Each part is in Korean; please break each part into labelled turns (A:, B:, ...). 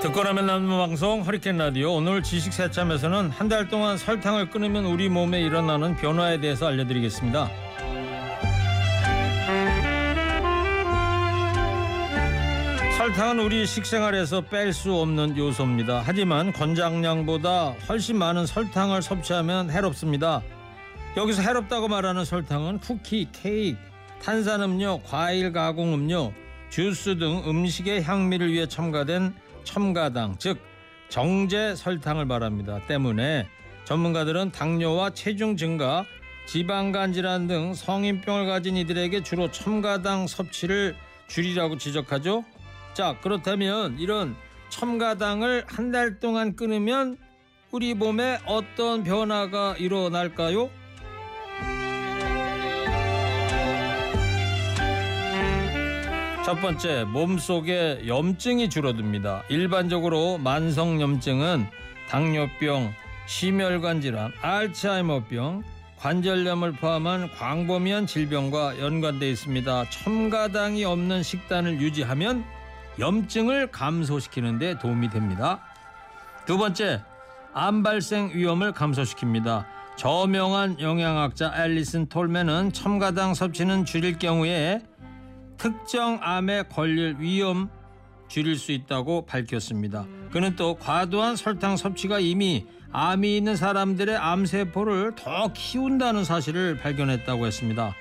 A: 듣고 나면 남는 방송 허리케인 라디오 오늘 지식 새참에서는 한 달 동안 설탕을 끊으면 우리 몸에 일어나는 변화에 대해서 알려드리겠습니다. 설탕은 우리 식생활에서 뺄 수 없는 요소입니다. 하지만 권장량보다 훨씬 많은 설탕을 섭취하면 해롭습니다. 여기서 해롭다고 말하는 설탕은 쿠키, 케이크, 탄산음료, 과일 가공 음료, 주스 등 음식의 향미를 위해 첨가된 첨가당, 즉 정제 설탕을 말합니다. 때문에 전문가들은 당뇨와 체중 증가, 지방간 질환 등 성인병을 가진 이들에게 주로 첨가당 섭취를 줄이라고 지적하죠. 자, 그렇다면 이런 첨가당을 한 달 동안 끊으면 우리 몸에 어떤 변화가 일어날까요? 첫 번째, 몸속에 염증이 줄어듭니다. 일반적으로 만성 염증은 당뇨병, 심혈관 질환, 알츠하이머병, 관절염을 포함한 광범위한 질병과 연관돼 있습니다. 첨가당이 없는 식단을 유지하면 염증을 감소시키는 데 도움이 됩니다. 두 번째, 암 발생 위험을 감소시킵니다. 저명한 영양학자 앨리슨 톨맨은 첨가당 섭취는 줄일 경우에 특정 암에 걸릴 위험 줄일 수 있다고 밝혔습니다. 그는 또 과도한 설탕 섭취가 이미 암이 있는 사람들의 암세포를 더 키운다는 사실을 발견했다고 했습니다.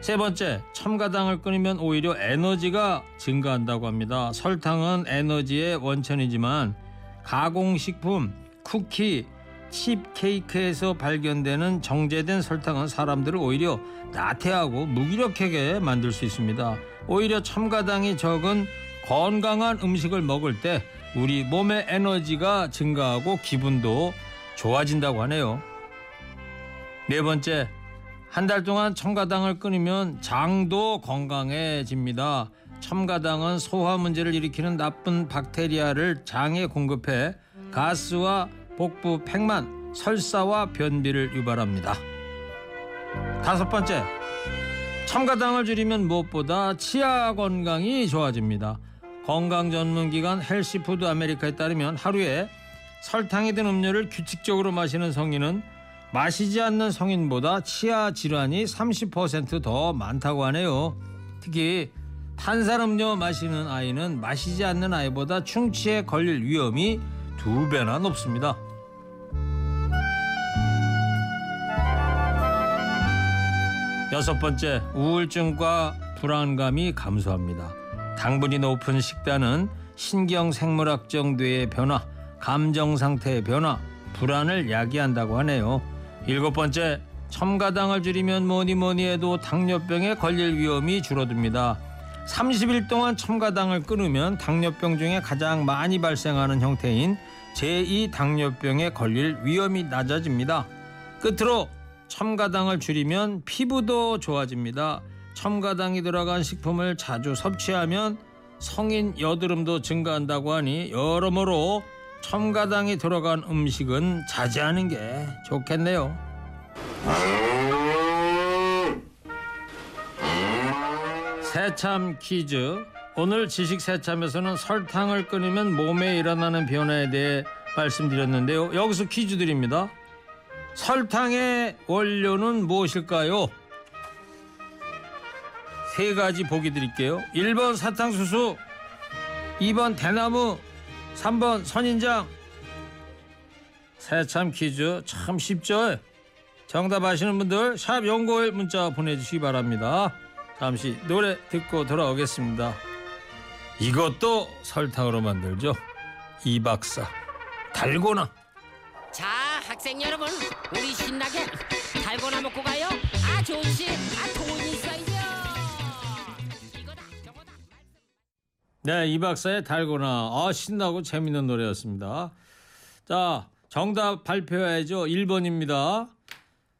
A: 세 번째, 첨가당을 끊으면 오히려 에너지가 증가한다고 합니다. 설탕은 에너지의 원천이지만 가공식품, 쿠키, 칩 케이크에서 발견되는 정제된 설탕은 사람들을 오히려 나태하고 무기력하게 만들 수 있습니다. 오히려 첨가당이 적은 건강한 음식을 먹을 때 우리 몸의 에너지가 증가하고 기분도 좋아진다고 하네요. 네 번째, 한 달 동안 첨가당을 끊으면 장도 건강해집니다. 첨가당은 소화 문제를 일으키는 나쁜 박테리아를 장에 공급해 가스와 복부 팽만, 설사와 변비를 유발합니다. 다섯 번째, 첨가당을 줄이면 무엇보다 치아 건강이 좋아집니다. 건강 전문 기관 헬시푸드 아메리카에 따르면 하루에 설탕이 든 음료를 규칙적으로 마시는 성인은 마시지 않는 성인보다 치아 질환이 30%더 많다고 하네요. 특히 탄산음료 마시는 아이는 마시지 않는 아이보다 충치에 걸릴 위험이 두 배나 높습니다. 여섯 번째, 우울증과 불안감이 감소합니다. 당분이 높은 식단은 신경생물학적 뇌의 변화, 감정 상태의 변화, 불안을 야기한다고 하네요. 일곱 번째, 첨가당을 줄이면 뭐니 뭐니 해도 당뇨병에 걸릴 위험이 줄어듭니다. 30일 동안 첨가당을 끊으면 당뇨병 중에 가장 많이 발생하는 형태인 제2 당뇨병에 걸릴 위험이 낮아집니다. 끝으로 첨가당을 줄이면 피부도 좋아집니다. 첨가당이 들어간 식품을 자주 섭취하면 성인 여드름도 증가한다고 하니 여러모로 첨가당이 들어간 음식은 자제하는 게 좋겠네요. 새참 퀴즈. 오늘 지식 새참에서는 설탕을 끊으면 몸에 일어나는 변화에 대해 말씀드렸는데요. 여기서 퀴즈 드립니다. 설탕의 원료는 무엇일까요? 세 가지 보기 드릴게요. 1번 사탕수수, 2번 대나무, 3번 선인장. 새참 퀴즈 참 쉽죠? 정답 아시는 분들 샵 연구일 문자 보내주시기 바랍니다. 잠시 노래 듣고 돌아오겠습니다. 이것도 설탕으로 만들죠. 이박사 달고나.
B: 자, 학생 여러분, 우리 신나게 달고나 먹고 가요. 아, 좋지. 아, 돈이 있어야죠. 이거다, 저거다.
A: 네, 이 박사의 달고나. 아, 신나고 재밌는 노래였습니다. 자, 정답 발표해야죠. 1번입니다.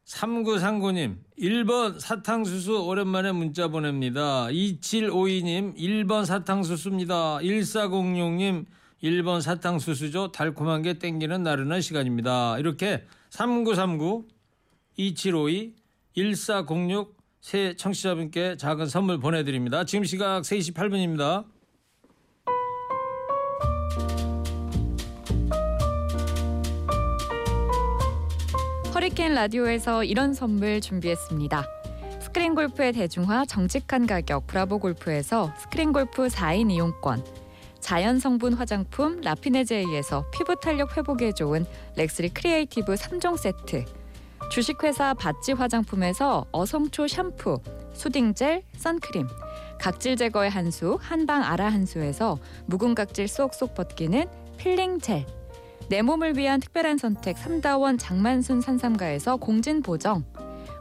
A: 3939님, 1번 사탕수수 오랜만에 문자 보냅니다. 2752님, 1번 사탕수수입니다. 1406님, 1번 사탕수수죠. 달콤한 게 땡기는 나른한 시간입니다. 이렇게 3939, 2752, 1406, 세 청취자분께 작은 선물 보내드립니다. 지금 시각 3시 8분입니다.
C: 허리케인 라디오에서 이런 선물 준비했습니다. 스크린 골프의 대중화 정직한 가격 브라보 골프에서 스크린 골프 4인 이용권. 자연 성분 화장품 라피네제이에서 피부 탄력 회복에 좋은 렉스리 크리에이티브 3종 세트. 주식회사 바찌 화장품에서 어성초 샴푸, 수딩젤, 선크림. 각질 제거의 한수 한방 아라 한수에서 묵은 각질 쏙쏙 벗기는 필링 젤. 내 몸을 위한 특별한 선택 삼다원 장만순 산삼가에서 공진 보정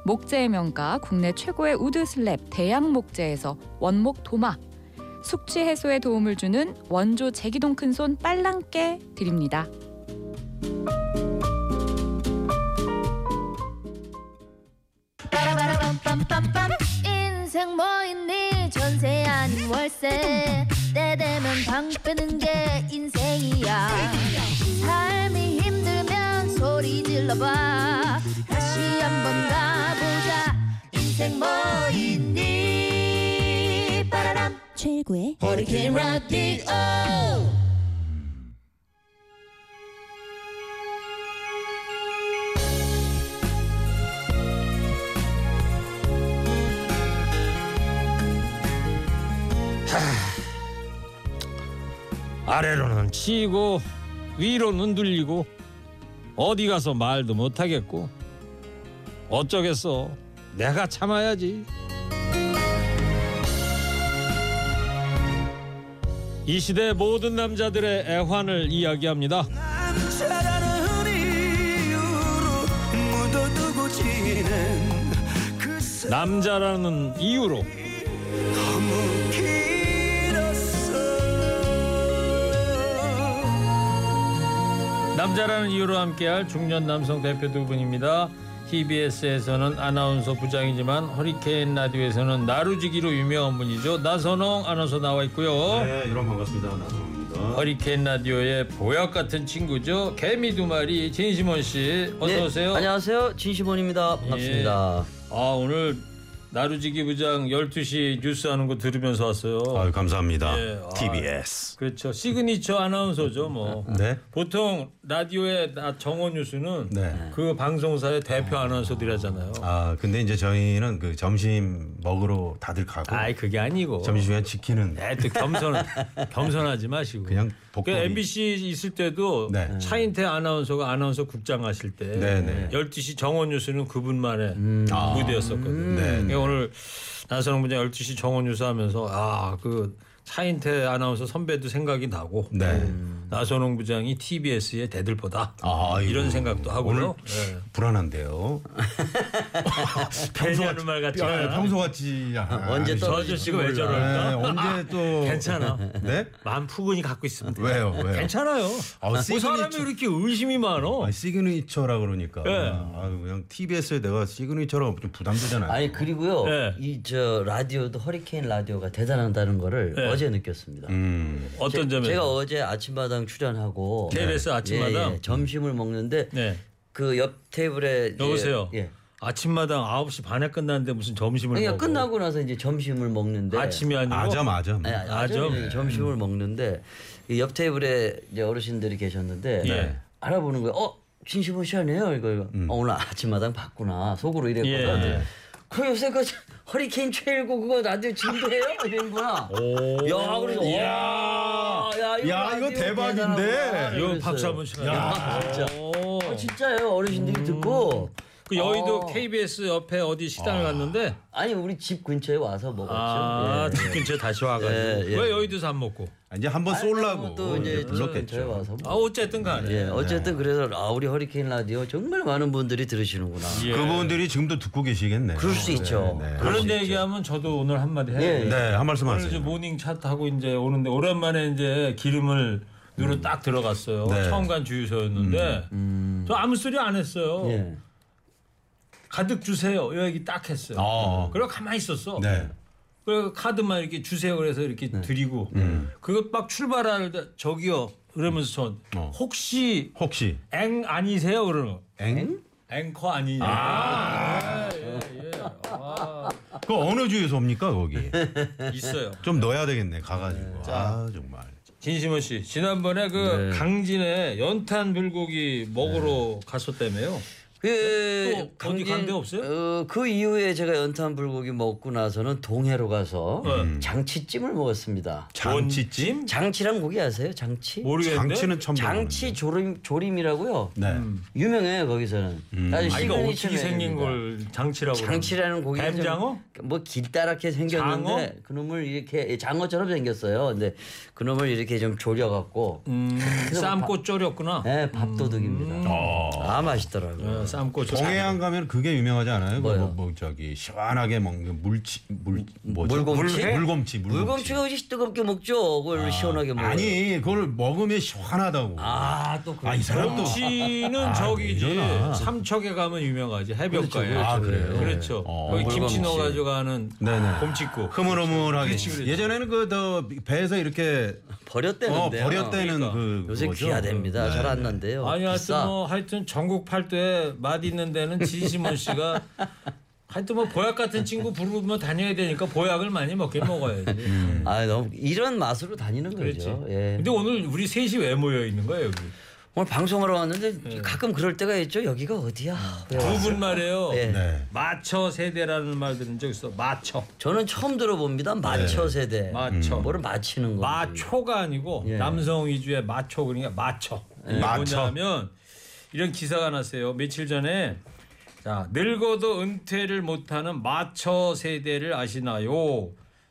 C: 목재의 명가 국내 최고의 우드 슬랩 대양 목재에서 원목 도마 숙취 해소에 도움을 주는 원조 제기동 큰손 빨랑깨 드립니다.
D: 인생 뭐 있니 전세 아닌 월세 때 되면 방 빼는 게 인생이야 삶이 힘들면 소리 질러봐 다시 한번 가보자 인생 뭐 있니 빠라람
E: 최고의
D: 허리케인 라디오
A: 아래로는 치이고 위로는 눌리고 어디 가서 말도 못하겠고 어쩌겠어 내가 참아야지 이 시대 모든 남자들의 애환을 이야기합니다
F: 사랑은 이유로 묻어두고 지낸 그 사랑
A: 남자라는 이유로
F: 너무 길었어
A: 남자라는 이유로 함께할 중년 남성 대표 두 분입니다. TBS에서는 아나운서 부장이지만 허리케인 라디오에서는 나루지기로 유명한 분이죠. 나선홍 아나운서 나와 있고요.
G: 네, 여러분 반갑습니다. 나성호입니다.
A: 허리케인 라디오의 보약 같은 친구죠. 개미 두 마리 진심원 씨 어서 오세요.
H: 예, 네, 안녕하세요. 진시몬입니다. 반갑습니다.
A: 아 오늘 나루지기 부장 12시 뉴스 하는 거 들으면서 왔어요.
G: 아유, 감사합니다.
A: 예, 아,
I: TBS
A: 그렇죠. 시그니처 아나운서죠, 뭐.
G: 네.
A: 보통 라디오의 나- 정원 뉴스는
G: 네.
A: 그 방송사의 대표 아나운서들이 하잖아요.
G: 아, 근데 이제 저희는 그 점심 먹으러 다들 가고
A: 아이 그게 아니고.
G: 점심시간 지키는
A: 네, 또 겸손 겸손하지 마시고.
G: 그냥
A: 그
G: 복도리.
A: MBC 있을 때도
G: 네.
A: 차인태 아나운서가 아나운서 국장 하실 때
G: 네, 음. 아. 네.
A: 12시 정원 뉴스는 그분만의 무대였었거든요.
G: 음. 네,
A: 그러니까 오늘 나선홍 부장 12시 정원 뉴스 하면서 아, 그 차인태 아나운서 선배도 생각이 나고 음.
G: 네.
A: 나선홍 부장이 TBS의 대들보다
G: 아, 아이고.
A: 이런 생각도 하고요.
G: 오늘
A: 네.
G: 예. 불안한데요.
A: 괜히 하는 말 같지 않아?
G: 평소 같지 않아.
H: 언제
A: 저
H: 또
A: 아저씨가 왜
G: 네,
A: 저럴까?
G: 언제 또
A: 괜찮아.
G: 네?
A: 마음 푸근히 갖고 있습니다.
G: 왜요? 왜요?
A: 괜찮아요.
G: 아,
A: 뭐
G: 시그니처-
A: 사람이 이렇게 의심이 많어.
G: 아, 시그니처라 그러니까.
A: 예.
G: 아유, 그냥 TBS에 내가 시그니처라고 좀
A: 예.
G: 부담되잖아요.
H: 아니 그리고요
A: 네.
H: 이 저 라디오도 허리케인 라디오가 대단하다는 거를
A: 네.
H: 어제 느꼈습니다.
G: 음.
A: 어떤
H: 제-
A: 점에서?
H: 제가 어제 아침마당 출연하고
A: KBS 아침마당?
H: 예, 예, 점심을 먹는데
A: 네.
H: 그 옆 테이블에 이제-
A: 여보세요.
H: 예.
A: 아침마당 9시 반에 끝났는데 무슨 점심을
H: 그러니까
A: 먹어.
H: 끝나고 나서 이제 점심을 먹는데
A: 아침이 아니고
G: 아점 아점.
H: 아니, 아니, 아침에
A: 아점. 음.
H: 점심을 먹는데 이옆 테이블에 이제 어르신들이 계셨는데
A: 예.
H: 알아보는 거예요. 어 진심은 시 아니에요 이거 이거. 어, 오늘 아침마당 봤구나 속으로
A: 음.
H: 이랬거든.
A: 예.
H: 그 요새 그 허리케인 최일고 그거 라디오 지금도 해요? 뭐 이랬구나. 야, 그래서 어,
G: 이야.
H: 와, 야, 이거,
G: 아, 야, 이거
H: 라디오
G: 대박인데.
H: 대단하구나
A: 이거
H: 그랬어요.
A: 박수 한번 치면
H: 야, 진짜. 어, 진짜예요. 어르신들이 아, 듣고
A: 음. 그 여의도
H: 어.
A: KBS 옆에 어디 식당을 갔는데
H: 아니 우리 집 근처에 와서 먹었죠.
A: 아,
H: 예.
A: 집 근처에 다시 와가지고
H: 예, 예.
A: 왜 여의도에서 안 먹고?
G: 아, 이제 한번 쏠라고
H: 아, 또 이제 근처에
G: 불렀겠죠.
H: 와서.
A: 아 어쨌든 간에
H: 예, 어쨌든 그래서 아 우리 허리케인 라디오 정말 많은 분들이 들으시는구나.
A: 예.
G: 그분들이 지금도 듣고 계시겠네요.
H: 그럴 수 있죠.
G: 네, 네.
A: 그런 얘기하면 저도 오늘 한마디 해요.
H: 예.
G: 네, 한 말씀
A: 오늘 뭐- 이제
G: 하세요.
A: 모닝 차 타고 이제 오는데 오랜만에 이제 기름을
H: 음.
A: 누로 딱 들어갔어요.
G: 네.
A: 처음 간 주유소였는데 저 아무 소리 안 했어요.
H: 음. 예.
A: 가득 주세요. 이 얘기 딱 했어요.
G: 어.
A: 그리고 가만히 있었어.
G: 네.
A: 그래서 카드만 이렇게 주세요. 그래서 이렇게 드리고
G: 음.
A: 그거 막 출발할 때 저기요 그러면서 전
G: 어.
A: 혹시
G: 혹시
A: 앵 아니세요? 그러는 거.
G: 엥?
A: 앵커 아니냐? 아, 예, 예. 아,
G: 그 어느 주유소입니까 거기?
A: 예. 있어요.
G: 좀 넣어야 되겠네 가가지고. 아 정말.
A: 진심원 씨, 지난번에 그 강진에 연탄 불고기 먹으러 갔었다며요.
H: 그
A: 또 어디 간데 없어요?
H: 어, 그 이후에 제가 연탄 불고기 먹고 나서는 동해로 가서
A: 네.
H: 장치찜을 먹었습니다.
G: 장치찜?
H: 장치랑 고기 아세요? 장치?
A: 뭐 모르겠는데. 음.
G: 장치는 처음
H: 장치
G: 들어보는데.
H: 조림 조림이라고
G: 네.
H: 유명해요 거기서는. 아주
A: 아, 이거
H: 시그니처
A: 어떻게 생긴
H: 메뉴입니다.
A: 걸 장치라고. 그러는데.
H: 장치라는 고기가 좀
A: 뱀장어?
H: 뭐 길다랗게 생겼는데
A: 장어?
H: 그놈을 이렇게 예, 장어처럼 생겼어요. 근데 그놈을 이렇게 좀 졸여갖고
A: 음, 쌈고 쫄였구나.
H: 네, 밥도둑입니다. 아 맛있더라고요.
A: 어, 쌈고 쫄.
G: 동해안 가면 그게 유명하지 않아요? 뭐,
H: 뭐요?
G: 뭐, 뭐 저기 시원하게 먹는 그 물치 물 뭐죠?
H: 물곰치?
G: 물- 물곰치 아,
H: 물곰치가 어디 뜨겁게 먹죠? 그걸 시원하게 먹어요.
G: 아니 그걸 먹으면 시원하다고.
H: 아또 그.
G: 아, 이 사람 또
A: 김치는 저기지
G: 이러나.
A: 삼척에 가면 유명하지 해변가에
H: 아, 네, 그렇죠,
G: 아, 그래요?
A: 그렇죠
G: 어.
A: 거기 김치
H: 물감치.
A: 넣어가지고 하는
G: 네네.
A: 곰치국
G: 흐물흐물하게.
A: 그렇지, 그렇지.
G: 예전에는 그 더 배에서 이렇게 어,
H: 버렸대는데.
G: 버렸다는
A: 그러니까.
G: 그
H: 네. 요새
G: 그거죠?
H: 귀야 됩니다. 잘 안 난대요.
A: 아니
H: 비싸.
A: 하여튼 뭐 하여튼 전국 팔도에 맛 있는 데는 진심원 씨가 하여튼 뭐 보약 같은 친구 부르면 다녀야 되니까 보약을 많이 먹긴 먹어야지
G: 음.
H: 아 너무 이런 맛으로 다니는
A: 그렇지
H: 거죠. 예.
A: 근데 오늘 우리 셋이 왜 모여 있는 거예요 여기
H: 오늘 방송하러 왔는데
A: 네.
H: 가끔 그럴 때가 있죠. 여기가 어디야?
G: 아.
A: 두 분 말이에요
H: 예.
G: 네.
A: 마처 세대라는 말 들은 적 있어 마처
H: 저는 처음
G: 네.
H: 들어봅니다. 마처 세대.
G: 음.
H: 음.
A: 마처.
H: 뭐를 맞히는 거.
A: 마초가 아니고
H: 예.
A: 남성 위주의 마초 그러니까 마초. 이게
G: 마초.
A: 뭐냐면 이런 기사가 났어요. 며칠 전에 자 늙어도 은퇴를 못하는 마초 세대를 아시나요?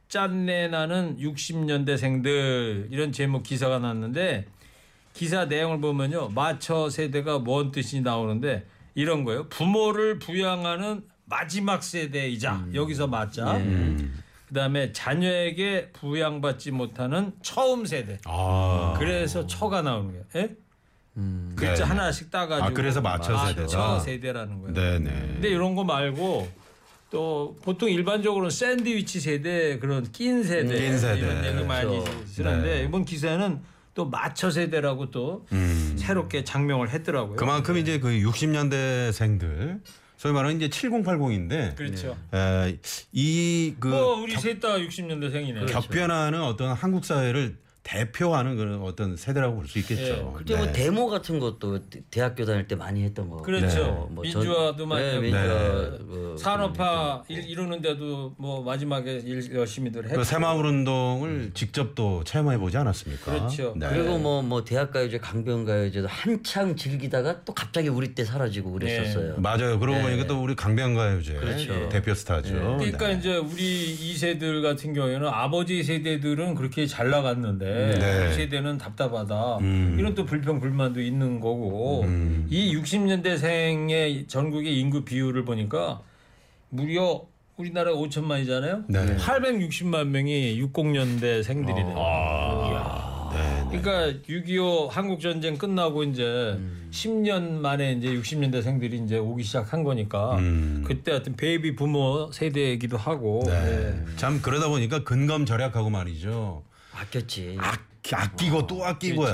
A: 짠내 나는 60년대생들 이런 제목 기사가 났는데 기사 내용을 보면요 마처 세대가 뭔 뜻이 나오는데 이런 거예요. 부모를 부양하는 마지막 세대이자 여기서 맞자. 그다음에 자녀에게 부양받지 못하는 처음 세대.
G: 아,
A: 그래서 처가 나오는 거예요. 예? 글자
G: 네.
A: 하나씩 따가지고.
G: 아, 그래서 맞춰 세대다.
A: 맞춰 세대라는 거예요.
G: 네네.
A: 근데 이런 거 말고 또 보통 일반적으로는 샌드위치 세대 그런 낀 세대,
G: 음, 낀 세대. 네.
A: 이런 얘기 많이
H: 그렇죠.
A: 쓰는데 이번 기사에는 또 마처 세대라고 또 새롭게 장명을 했더라고요.
G: 음. 그만큼 이제 그 60년대생들 소위 말하는 이제 7080인데
A: 그렇죠.
G: 이그
A: 어, 우리 셋 다 60년대생이네.
G: 격변하는 어떤 한국 사회를 대표하는 그런 어떤 세대라고 볼 수 있겠죠.
A: 예,
G: 네.
H: 그때 뭐 데모 같은 것도 대- 대학교 다닐 때 많이 했던 거.
A: 그렇죠.
H: 네. 뭐 전-
A: 민주화도 많이
H: 네,
A: 하고
H: 민주화.
G: 네.
H: 그-
A: 산업화 일, 이루는데도 뭐 마지막에 일 열심히들 했고
G: 그 새마을 운동을 직접 또 체험해 보지 않았습니까?
A: 그렇죠.
G: 네.
H: 그리고 뭐 뭐 대학가요제, 강변가요제도 한창 즐기다가 또 갑자기 우리 때 사라지고 그랬었어요.
G: 맞아요. 그러고 보니까 또 우리 강변가요제
H: 그렇죠.
G: 대표 스타죠.
A: 네. 그러니까
G: 네.
A: 이제 우리 이 세들 같은 경우에는 아버지 세대들은 그렇게 잘 나갔는데
G: 네.
A: 이 세대는 답답하다 이런 또 불평 불만도 있는 거고 이 60년대생의 전국의 인구 비율을 보니까 무려 우리나라 5천만이잖아요.
G: 네.
A: 860만 명이 60년대 생들이래요. 그러니까 6.25 한국 전쟁 끝나고 이제 10년 만에 이제 60년대 생들이 이제 오기 시작한 거니까 그때 하여튼 베이비 부모 세대이기도 하고
G: 음.
A: 예.
G: 네. 참 그러다 보니까 근검 절약하고 말이죠.
H: 아꼈지.
G: 아, 끼고또 아끼고야.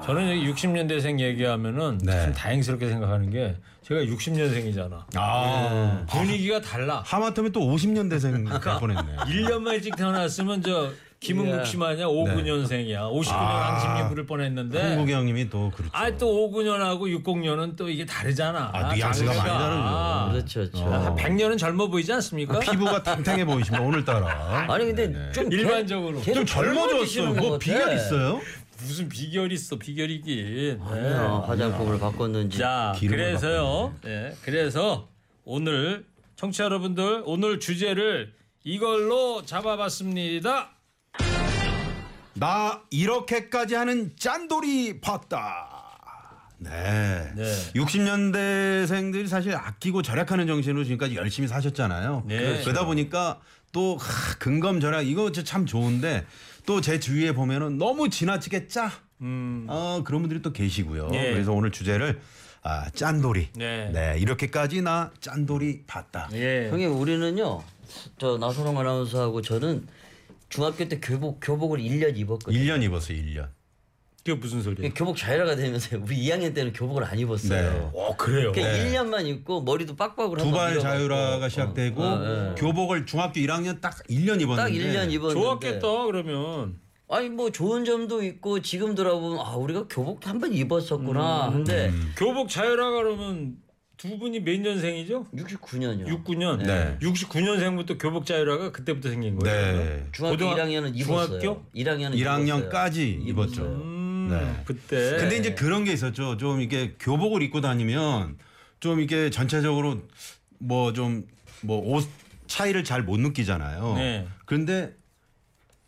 A: 예. 저는 여기 60년대생 얘기하면은
G: 네.
A: 참 다행스럽게 생각하는 게 제가 60년생이잖아. 네.
G: 아.
A: 분위기가 달라.
G: 하마터면 또 50년대생 갈 뻔했네.
A: 1년만 일찍 태어났으면 저
G: 예.
A: 김은국 씨 마냥 59년생이야. 59년 앙심이 부를 뻔했는데
G: 네. 아.
H: 네.
G: 한국 형님이 또 그렇죠.
A: 아이 또 59년하고 60년은 또 이게 다르잖아.
G: 아, 뉘앙스가 많이 다르죠. 아,
H: 그렇죠. 그렇죠.
A: 한 100년은 젊어 보이지 않습니까?
G: 피부가 탕탕해 보이시면 오늘따라
H: 아니 근데 좀
A: 일반적으로.
H: 걔- 걔는
G: 좀 젊어졌어요.
H: 젊어지시는
G: 뭐
H: 것 같아.
G: 비결 있어요?
A: 무슨 비결이 있어 비결이긴. 네.
H: 아니야 화장품을 바꿨는지
A: 자,
G: 기름을
A: 그래서요. 예, 그래서 오늘 청취자 여러분들 오늘 주제를 이걸로 잡아봤습니다.
G: 나 이렇게까지 하는 짠돌이 봤다. 네.
A: 네.
G: 60년대생들이 사실 아끼고 절약하는 정신으로 지금까지 열심히 사셨잖아요.
A: 네. 그렇죠.
G: 그러다 보니까 또 하, 근검 절약 이거 진짜 참 좋은데 또 제 주위에 보면은 너무 지나치게 짜.
A: 음.
G: 어, 그런 분들이 또 계시고요.
A: 예.
G: 그래서 오늘 주제를 아, 짠돌이.
A: 네.
G: 이렇게까지 나 짠돌이 봤다.
A: 예.
H: 형님 우리는요 저 나선홍 아나운서하고 저는 중학교 때 교복 교복을 1년 입었거든요.
G: 1년 입었어요, 1년.
A: 그게 무슨 소리예요?
H: 교복 자유화가 되면서 우리 2학년 때는 교복을 안 입었어요.
A: 어, 그래요.
H: 그러니까 1년만 입고 머리도 빡빡으로
G: 두
H: 한번
G: 발
H: 그러니까 밀어갖고.
G: 자유라가 시작되고
H: 어, 어, 예.
G: 교복을 중학교 1학년 딱 1년 입었는데
H: 딱 1년 입었는데
A: 좋았겠다 그러면.
H: 아니 뭐 좋은 점도 있고 지금 돌아보면 아 우리가 교복 한 번 입었었구나.
A: 음.
H: 근데
A: 교복 자유라 그러면 두 분이 몇 년생이죠?
H: 69년이요.
A: 69년.
G: 네.
A: 69년생부터 교복 자유라가 그때부터 생긴 거예요.
G: 네.
H: 중학교
A: 고등학-
H: 1학년은 입었어요.
A: 중학교?
H: 1학년은
G: 1학년까지 입었죠.
A: 음,
G: 네.
A: 그때.
G: 근데 이제 그런 게 있었죠. 좀 이렇게 교복을 입고 다니면 좀 이게 전체적으로 뭐 좀 뭐 옷 차이를 잘 못 느끼잖아요.
A: 네.
G: 그런데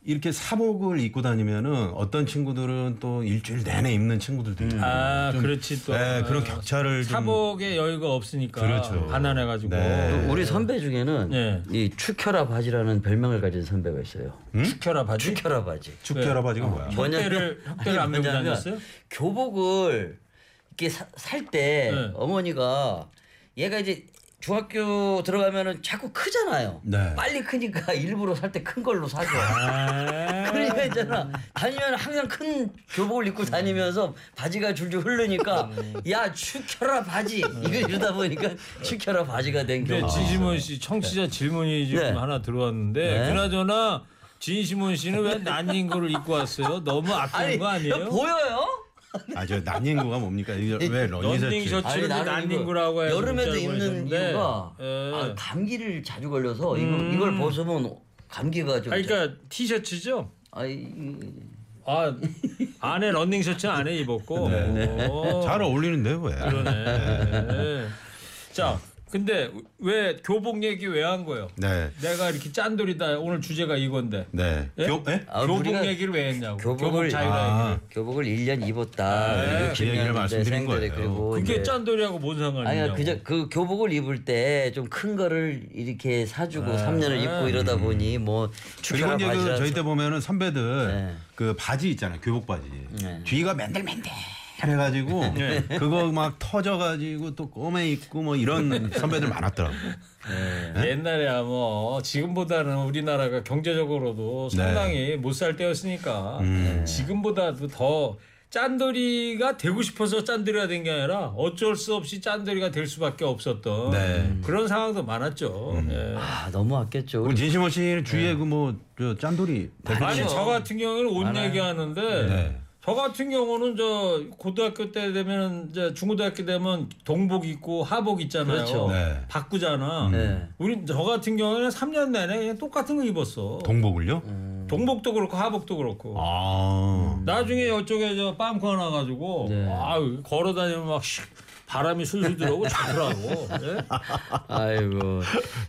G: 이렇게 사복을 입고 다니면은 어떤 친구들은 또 일주일 내내 입는 친구들도 있고
A: 아, 그렇지 또.
G: 네, 그런 격차를 좀
A: 사복에 여유가 없으니까
G: 그렇죠.
A: 가난해 가지고.
G: 네.
H: 그 우리 선배 중에는
A: 예.
H: 이 추켜라 바지라는 별명을 가진 선배가 있어요.
A: 축혈아 바지.
H: 추켜라 바지.
G: 죽결합
A: 네.
G: 바지가 뭐야?
H: 네.
A: 협대를-
H: 뭐냐면-
A: 협대를 안 메고
H: 뭐냐면
A: 다녔어요?
H: 교복을 이렇게 살 때
A: 네.
H: 어머니가 얘가 이제 중학교 들어가면은 자꾸 크잖아요.
G: 네.
H: 빨리 크니까 일부러 살 때 큰 걸로 사줘. 그러니까 있잖아 다니면 항상 큰 교복을 입고 다니면서 바지가 줄줄 흐르니까 야 추켜라 바지 이거 이러다 보니까 추켜라 바지가 된
A: 네,
H: 경우.
A: 진시몬 씨 청취자 질문이 지금
H: 네.
A: 하나 들어왔는데
H: 네.
A: 그나저나 진시몬 씨는 왜 난인 거를 입고 왔어요? 너무 아끼는
H: 아니 뭐-
A: 거 아니에요?
H: 보여요?
G: 아저 난닝구가 뭡니까? 이거 왜 러닝
A: 런닝
G: 셔츠?
A: 셔츠를
H: 나는
A: 난닝구라고
H: 이거
A: 해서
H: 여름에도
A: 문자를
H: 입는
A: 보내셨는데,
H: 이유가
A: 예. 음.
H: 아, 감기를 자주 걸려서 이거, 이걸 벗으면 감기가 좀.
A: 아, 그러니까 티셔츠죠?
H: 아이,
A: 아 안에 런닝 셔츠 안에 입었고
H: 네.
A: 오,
G: 잘 어울리는데 왜?
A: 그러네. 네. 자 근데 왜 교복 얘기 왜 한 거예요?
G: 네.
A: 내가 이렇게 짠돌이다 오늘 주제가 이건데
G: 네.
A: 예?
G: 교, 예?
H: 아,
A: 교복
H: 우리가
A: 얘기를 왜 했냐고
H: 교복을-
A: 교복 자유라 얘기를
G: 아,
H: 교복을 1년 입었다.
A: 네,
G: 그 얘기를 말씀드린 거예요.
H: 그리고
A: 그게
H: 뭐 이제-
A: 짠돌이하고 뭔 상관이냐고
H: 아니 그저 그 교복을 입을 때 좀 큰 거를 이렇게
A: 아.
H: 사주고 삼 3년을 입고
A: 음.
H: 이러다 보니 뭐
G: 그리고
H: 축하라
G: 이제 그
H: 바지라
G: 저희 때 보면은 선배들
H: 네.
G: 그 바지 있잖아요. 교복 바지. 뒤가 맨들맨들. 해가지고 그거 막 터져가지고 또 꼬매 입고 뭐 이런 선배들 많았더라고요. 네?
A: 옛날에야 뭐 지금보다는 우리나라가 경제적으로도
G: 네. 음.
A: 상당히 못 살 때였으니까 네, 지금보다도 더 짠돌이가 되고 싶어서 짠돌이가 된 게 아니라 어쩔 수 없이 짠돌이가 될 수밖에 없었던
G: 네. 음.
A: 그런 상황도 많았죠. 예.
H: 아 너무 아꼈죠.
G: 우리 진심원 씨는 주위에 그뭐저 짠돌이
A: 아니 저 같은 경우에는 옷 얘기하는데
G: 네.
A: 저 같은 경우는 저 고등학교 때 되면 이제 중고등학교 되면 동복 입고 하복 있잖아요.
H: 그렇죠.
G: 네.
A: 바꾸잖아.
H: 네.
A: 우리 저 같은 경우는 3년 내내 그냥 똑같은 거 입었어.
G: 동복을요?
A: 음. 동복도 그렇고 하복도 그렇고. 음.
G: 아.
A: 나중에 이쪽에 저 빵꾸 하나 가지고
H: 네.
A: 아유 걸어 다니면 막 슉, 바람이 술술 들어오고 좋더라고. 예?
H: 아이고.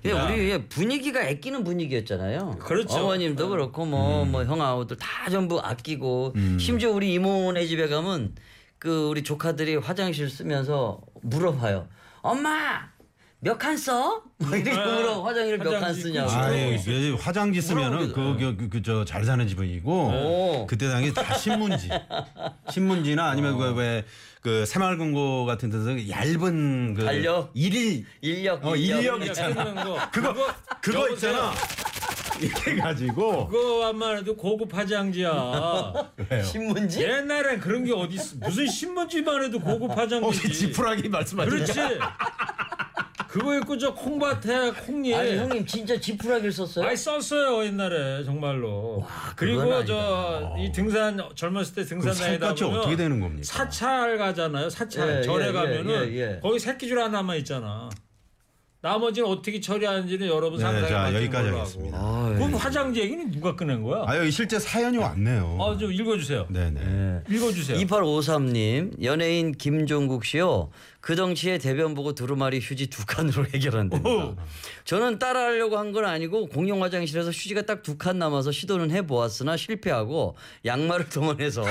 H: 예, 우리 예, 분위기가 아끼는 분위기였잖아요.
A: 그렇죠.
H: 어머님도 그렇고 뭐 뭐 형아우들 다 전부 아끼고 심지어 우리 이모네 집에 가면 그 우리 조카들이 화장실 쓰면서 물어봐요. 엄마 몇 칸 써? 막 이렇게
A: 네.
H: 물어 화장실 몇 칸
A: 화장실
H: 쓰냐고.
A: 아,
G: 아이,
A: 있어요.
G: 예, 화장지 쓰면은 그그저잘 사는 집이고
H: 오.
G: 그때 당시 다 신문지 신문지나 아니면
A: 어.
G: 그, 그왜그 새마을금고 같은 데서 그 얇은 그
H: 달력?
G: 일일
H: 인력
G: 어, 인력 있잖아.
A: 끊는 그러니까 거.
G: 그거 그거
A: 여보세요?
G: 있잖아 이렇게 가지고
A: 그거만 해도 고급 화장지야.
H: 신문지?
A: 옛날엔 그런 게 어디 있어? 무슨 신문지만 해도 고급
G: 어,
A: 화장지지.
G: 지푸라기 말씀하시네
A: 그렇지. 그거 입고 저 콩밭에 콩잎.
H: 아니 형님 진짜 지푸라기를 썼어요?
G: 네?
A: 많이 썼어요 옛날에 정말로. 그리고
H: 그건
A: 저 이 등산 젊었을 때 등산
G: 그럼
A: 다니다
G: 살갗이
A: 보면
G: 어떻게 되는 겁니까?
A: 사찰 가잖아요. 사찰
H: 예,
A: 절에
H: 예,
A: 가면은
H: 예, 예.
A: 거기 새끼줄 하나만 있잖아. 나머지는 어떻게 처리하는지는 여러분
G: 네,
A: 상상이
G: 자,
A: 맞는
G: 여기까지
A: 걸로
G: 하겠습니다.
A: 하고. 그럼 화장지 얘기는 누가 꺼낸 거야?
G: 아 여기 실제 사연이 왔네요.
A: 아, 좀 읽어주세요.
G: 네네.
A: 읽어주세요.
H: 2853님 연예인 김종국 씨요 그 덩치에 대변 보고 두루마리 휴지 두 칸으로 해결한답니다. 저는 따라하려고 한 건 아니고 공용 화장실에서 휴지가 딱 두 칸 남아서 시도는 해보았으나 실패하고 양말을 동원해서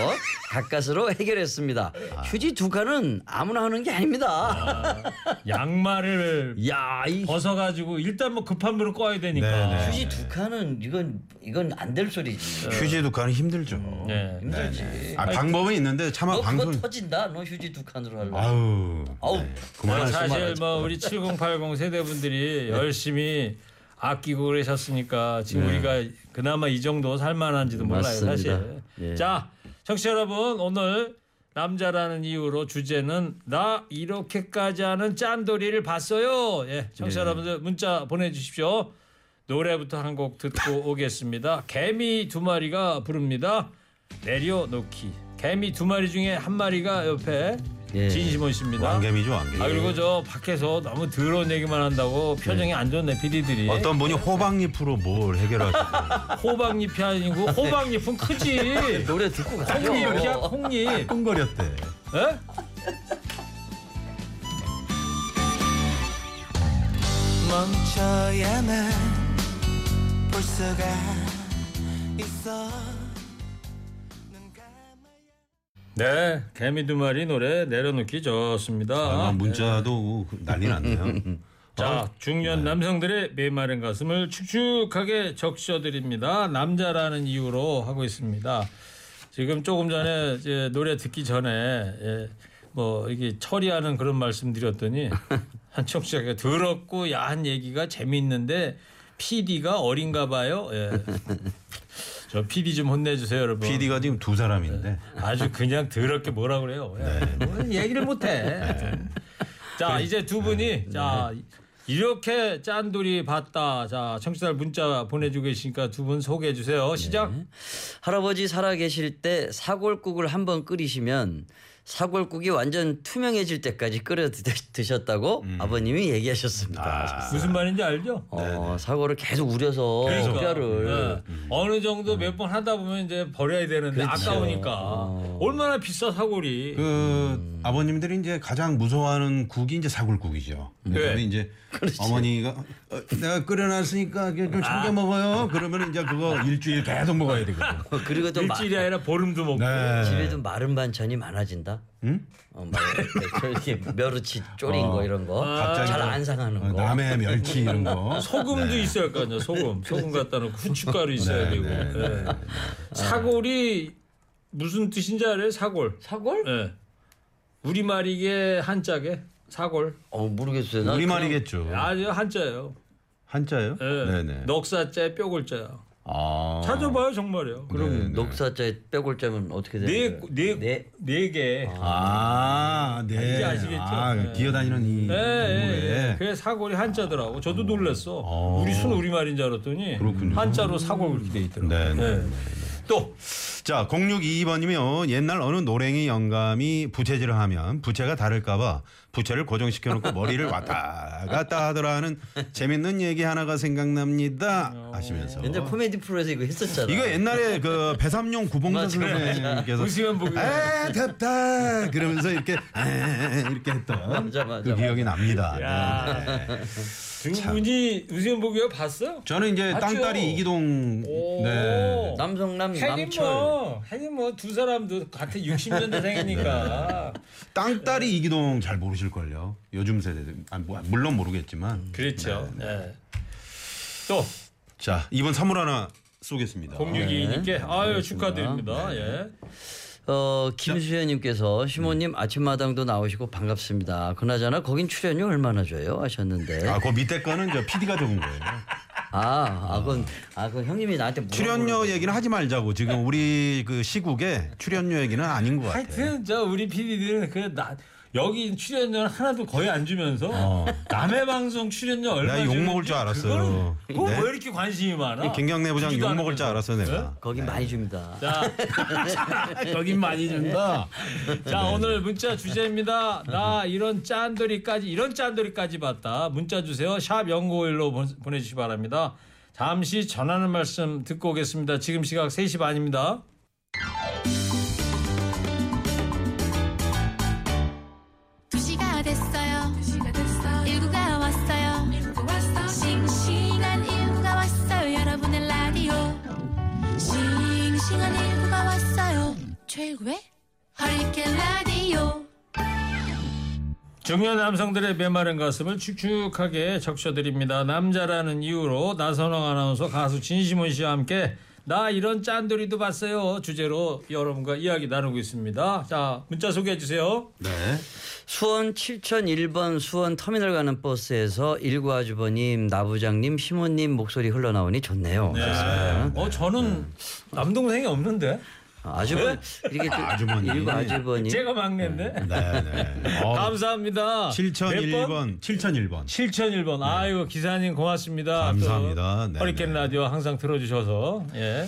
H: 가까스로 해결했습니다.
A: 아.
H: 휴지 두 칸은 아무나 하는 게 아닙니다.
A: 양말을
H: 야, 이
A: 벗어가지고 일단 뭐 급한 물을 꺼야
G: 네,
A: 되니까.
G: 네.
H: 휴지 두 칸은 이건 이건 안 될 소리지.
G: 휴지 두칸은 힘들죠.
A: 네.
H: 힘들지.
G: 아 방법은 있는데 차마
H: 너
G: 방송.
H: 그거 터진다. 너 휴지 두 칸으로 하려.
G: 아우. 네.
H: 아우.
G: 그만하시-
A: 사실 뭐 우리 7080
H: 네.
A: 세대분들이 열심히 아끼고 그러셨으니까 지금 우리가 그나마 이 정도 살만한지도 몰라요
H: 네. 맞습니다.
A: 사실.
H: 예.
A: 자, 청취자 여러분 오늘 남자라는 이유로 주제는 나 이렇게까지 하는 짠돌이를 봤어요. 예,
H: 네.
A: 청취자 여러분들 문자 보내주십시오. 노래부터 한 곡 듣고 오겠습니다. 개미 두 마리가 부릅니다. 내려놓기. 개미 두 마리 중에 한 마리가 옆에
H: 예.
A: 진심원 씨입니다.
G: 왕개미죠 왕개미.
A: 아 그리고 저 밖에서 너무 더러운 얘기만 한다고 표정이 안 좋네 PD들이
G: 어떤 분이 호박잎으로 뭘 해결하시고
A: 호박잎이 아니고 호박잎은 크지
H: 노래 듣고 가요.
G: 아,
A: 콩잎이야 콩잎 예?
G: 끙거렸대.
F: 멈춰야만 볼 수가 있어 눈 감아
A: 네 개미 두 마리 노래 내려놓기 좋습니다
G: 아, 문자도 오고 그- 난리 났네요.
A: 자 중년 남성들의 메마른 가슴을 축축하게 적셔드립니다 남자라는 이유로 하고 있습니다 지금 조금 전에 이제 노래 듣기 전에 예, 뭐 이게 처리하는 그런 말씀 드렸더니 한 청취자가 더럽고 야한 얘기가 재미있는데 PD가 어린가 봐요. 예. 저 PD 좀 혼내주세요, 여러분.
G: PD가 지금 두 사람인데.
A: 아주 그냥 더럽게 뭐라 그래요. 예. 뭐 얘기를 못해. 자 이제 두 분이 자 이렇게 짠돌이 봤다. 자 청취자 문자 보내주고 계시니까 두 분 소개해 주세요. 시작.
H: 할아버지 살아계실 때 사골국을 한번 끓이시면 사골국이 완전 투명해질 때까지 끓여 드- 드셨다고
G: 음.
H: 아버님이 얘기하셨습니다.
G: 아,
A: 무슨 말인지 알죠?
H: 어, 사골을 계속 우려서
A: 그래서.
H: 국자를
A: 네. 어느 정도 몇 번 하다 보면 이제 버려야 되는데 아까우니까 얼마나 비싸 사골이
G: 그 아버님들이 이제 가장 무서워하는 국이 이제 사골국이죠. 그다음에 이제 어머니가 어, 내가 끓여놨으니까 이게 좀 챙겨 먹어요. 그러면 이제 그거 일주일 계속 먹어야 되거든요.
H: 그리고 또 마,
A: 일주일이 아니라 보름도 먹고
G: 네.
H: 집에도 마른 반찬이 많아진다. 응? 어, 막 이렇게 멸치 졸인
G: 어.
H: 거 이런 거
G: 갑자기
H: 잘 안 상하는
G: 어,
H: 거.
G: 아, 남의 멸치 이런 거.
A: 소금도
G: 네.
A: 있어야 할거 아니야 소금 소금 갖다 놓고 후춧가루 있어야 되고
G: 네,
A: 예. 사골이 무슨 뜻인지 알아요 사골
H: 사골?
A: 예. 우리말 이게 한자게 사골
H: 어 모르겠어요. 난
G: 우리
H: 그냥
G: 말이겠죠.
A: 아주 한자예요
G: 한자예요?
A: 예.
G: 네네.
A: 넉사자 뼈골자야
G: 아.
A: 찾아봐요 정말요
G: 네,
A: 그럼
H: 녹사자에 빼골자면 어떻게 되는 거예요? 네.
A: 네네네개
G: 아, 네.
A: 이제 아시겠죠?
G: 아,
A: 네.
G: 기어다니는 이
A: 예, 예,
G: 동물에.
A: 그게 사골이 한자더라고. 저도 놀랐어. 우리 순 우리 말인 줄 알았더니
G: 그렇군요.
A: 한자로 사골 그렇게 돼 있더라고.
G: 네, 네.
A: 예. 또
G: 자, 0622번이면 옛날 어느 노랭이 영감이 부채질을 하면 부채가 다를까봐 부채를 고정시켜 놓고 머리를 왔다 갔다 하더라는 재밌는 얘기 하나가 생각납니다. 하시면서.
H: 어. 옛날 코미디 프로에서 이거 했었잖아.
G: 어. 이거 옛날에 그 배삼룡 구봉선 선생님께서
A: 웃으면
H: 네.
A: 보기.
G: 에 덥다 그러면서 이렇게 에 이렇게 했던
H: 맞아, 맞아,
G: 그
H: 맞아.
G: 기억이 납니다.
A: 야.
G: 네, 네.
A: 두 분이 웃으면 보기요 봤어?
G: 저는 이제
A: 맞죠?
G: 땅딸이 이기동
A: 오.
G: 네.
H: 남성남
A: 하긴
H: 남철.
A: 뭐, 하긴 뭐두 사람도 같은 60년대생이니까
G: 땅딸이 이기동 잘 모르실걸요. 요즘 세대들 아, 뭐, 물론 모르겠지만
A: 그렇죠. 예. 또
G: 자 이번 선물 하나 쏘겠습니다.
A: 062님께 아유 축하드립니다. 예.
H: 어, 김수현님께서 시모님
G: 음.
H: 아침마당도 나오시고 반갑습니다. 그나저나 거긴 출연료 얼마나 줘요? 하셨는데.
G: 아그 밑에 거는 저 PD가 적은 거예요.
H: 아, 아, 그건, 아, 그건 형님이 나한테 물어보는
G: 출연료
H: 거예요.
G: 얘기는 하지 말자고 지금 우리 그 시국에 출연료 얘기는 아닌 것 같아요.
A: 하여튼 저 우리 PD들은 그 나
E: 여기 출연료는 하나도 거의 안 주면서
G: 어.
E: 남의 방송 출연료 얼마
G: 내가 욕 먹을
E: 주는지
G: 줄 알았어요.
E: 그거는- 그거
G: 네.
E: 왜 이렇게 관심이 많아? 그
G: 이 김경래 부장
E: 주지도 네?
G: 욕 먹을 줄
E: 않으면서.
G: 알았어 내가.
H: 거긴 많이 줍니다.
E: 자, 여긴 많이 준다. 자, 오늘 문자 주제입니다. 나 이런 짠돌이까지, 이런 짠돌이까지 봤다. 문자 주세요. 샵 0951로 보내주시기 바랍니다. 잠시 전하는 말씀 듣고 오겠습니다. 지금 시각 3시 반입니다.
D: 두시가 됐어요. 일구가 왔어요. 싱싱한 일구가 왔어요. 여러분의 라디오. 싱싱한 일구가 왔어요. 최고의 허리케인 라디오.
A: 중년 남성들의 메마른 가슴을 축축하게 적셔드립니다. 남자라는 이유로 나선홍 아나운서 가수 진시몬 씨와 함께 나 이런 짠돌이도 봤어요 주제로 여러분과 이야기 나누고 있습니다. 자 문자 소개해 주세요.
G: 네.
H: 수원 7001번 수원 터미널 가는 버스에서 일구 아주버님, 나부장님, 시모님 목소리 흘러나오니 좋네요. 좋습니다.
A: 어
G: 네.
A: 저는 남동생이 없는데
H: 아, 아주버 이렇게 그
G: 아주머니.
H: 일구 아주버님.
A: 제가 막내인데.
G: 예? 네, 네. 어,
A: 감사합니다. 몇 번?
G: 7001번, 7001번.
A: 7001번.
G: 네.
A: 아이고 기사님 고맙습니다.
G: 감사합니다.
A: 또
G: 네네.
A: 허리케인 라디오 항상 들어주셔서 예.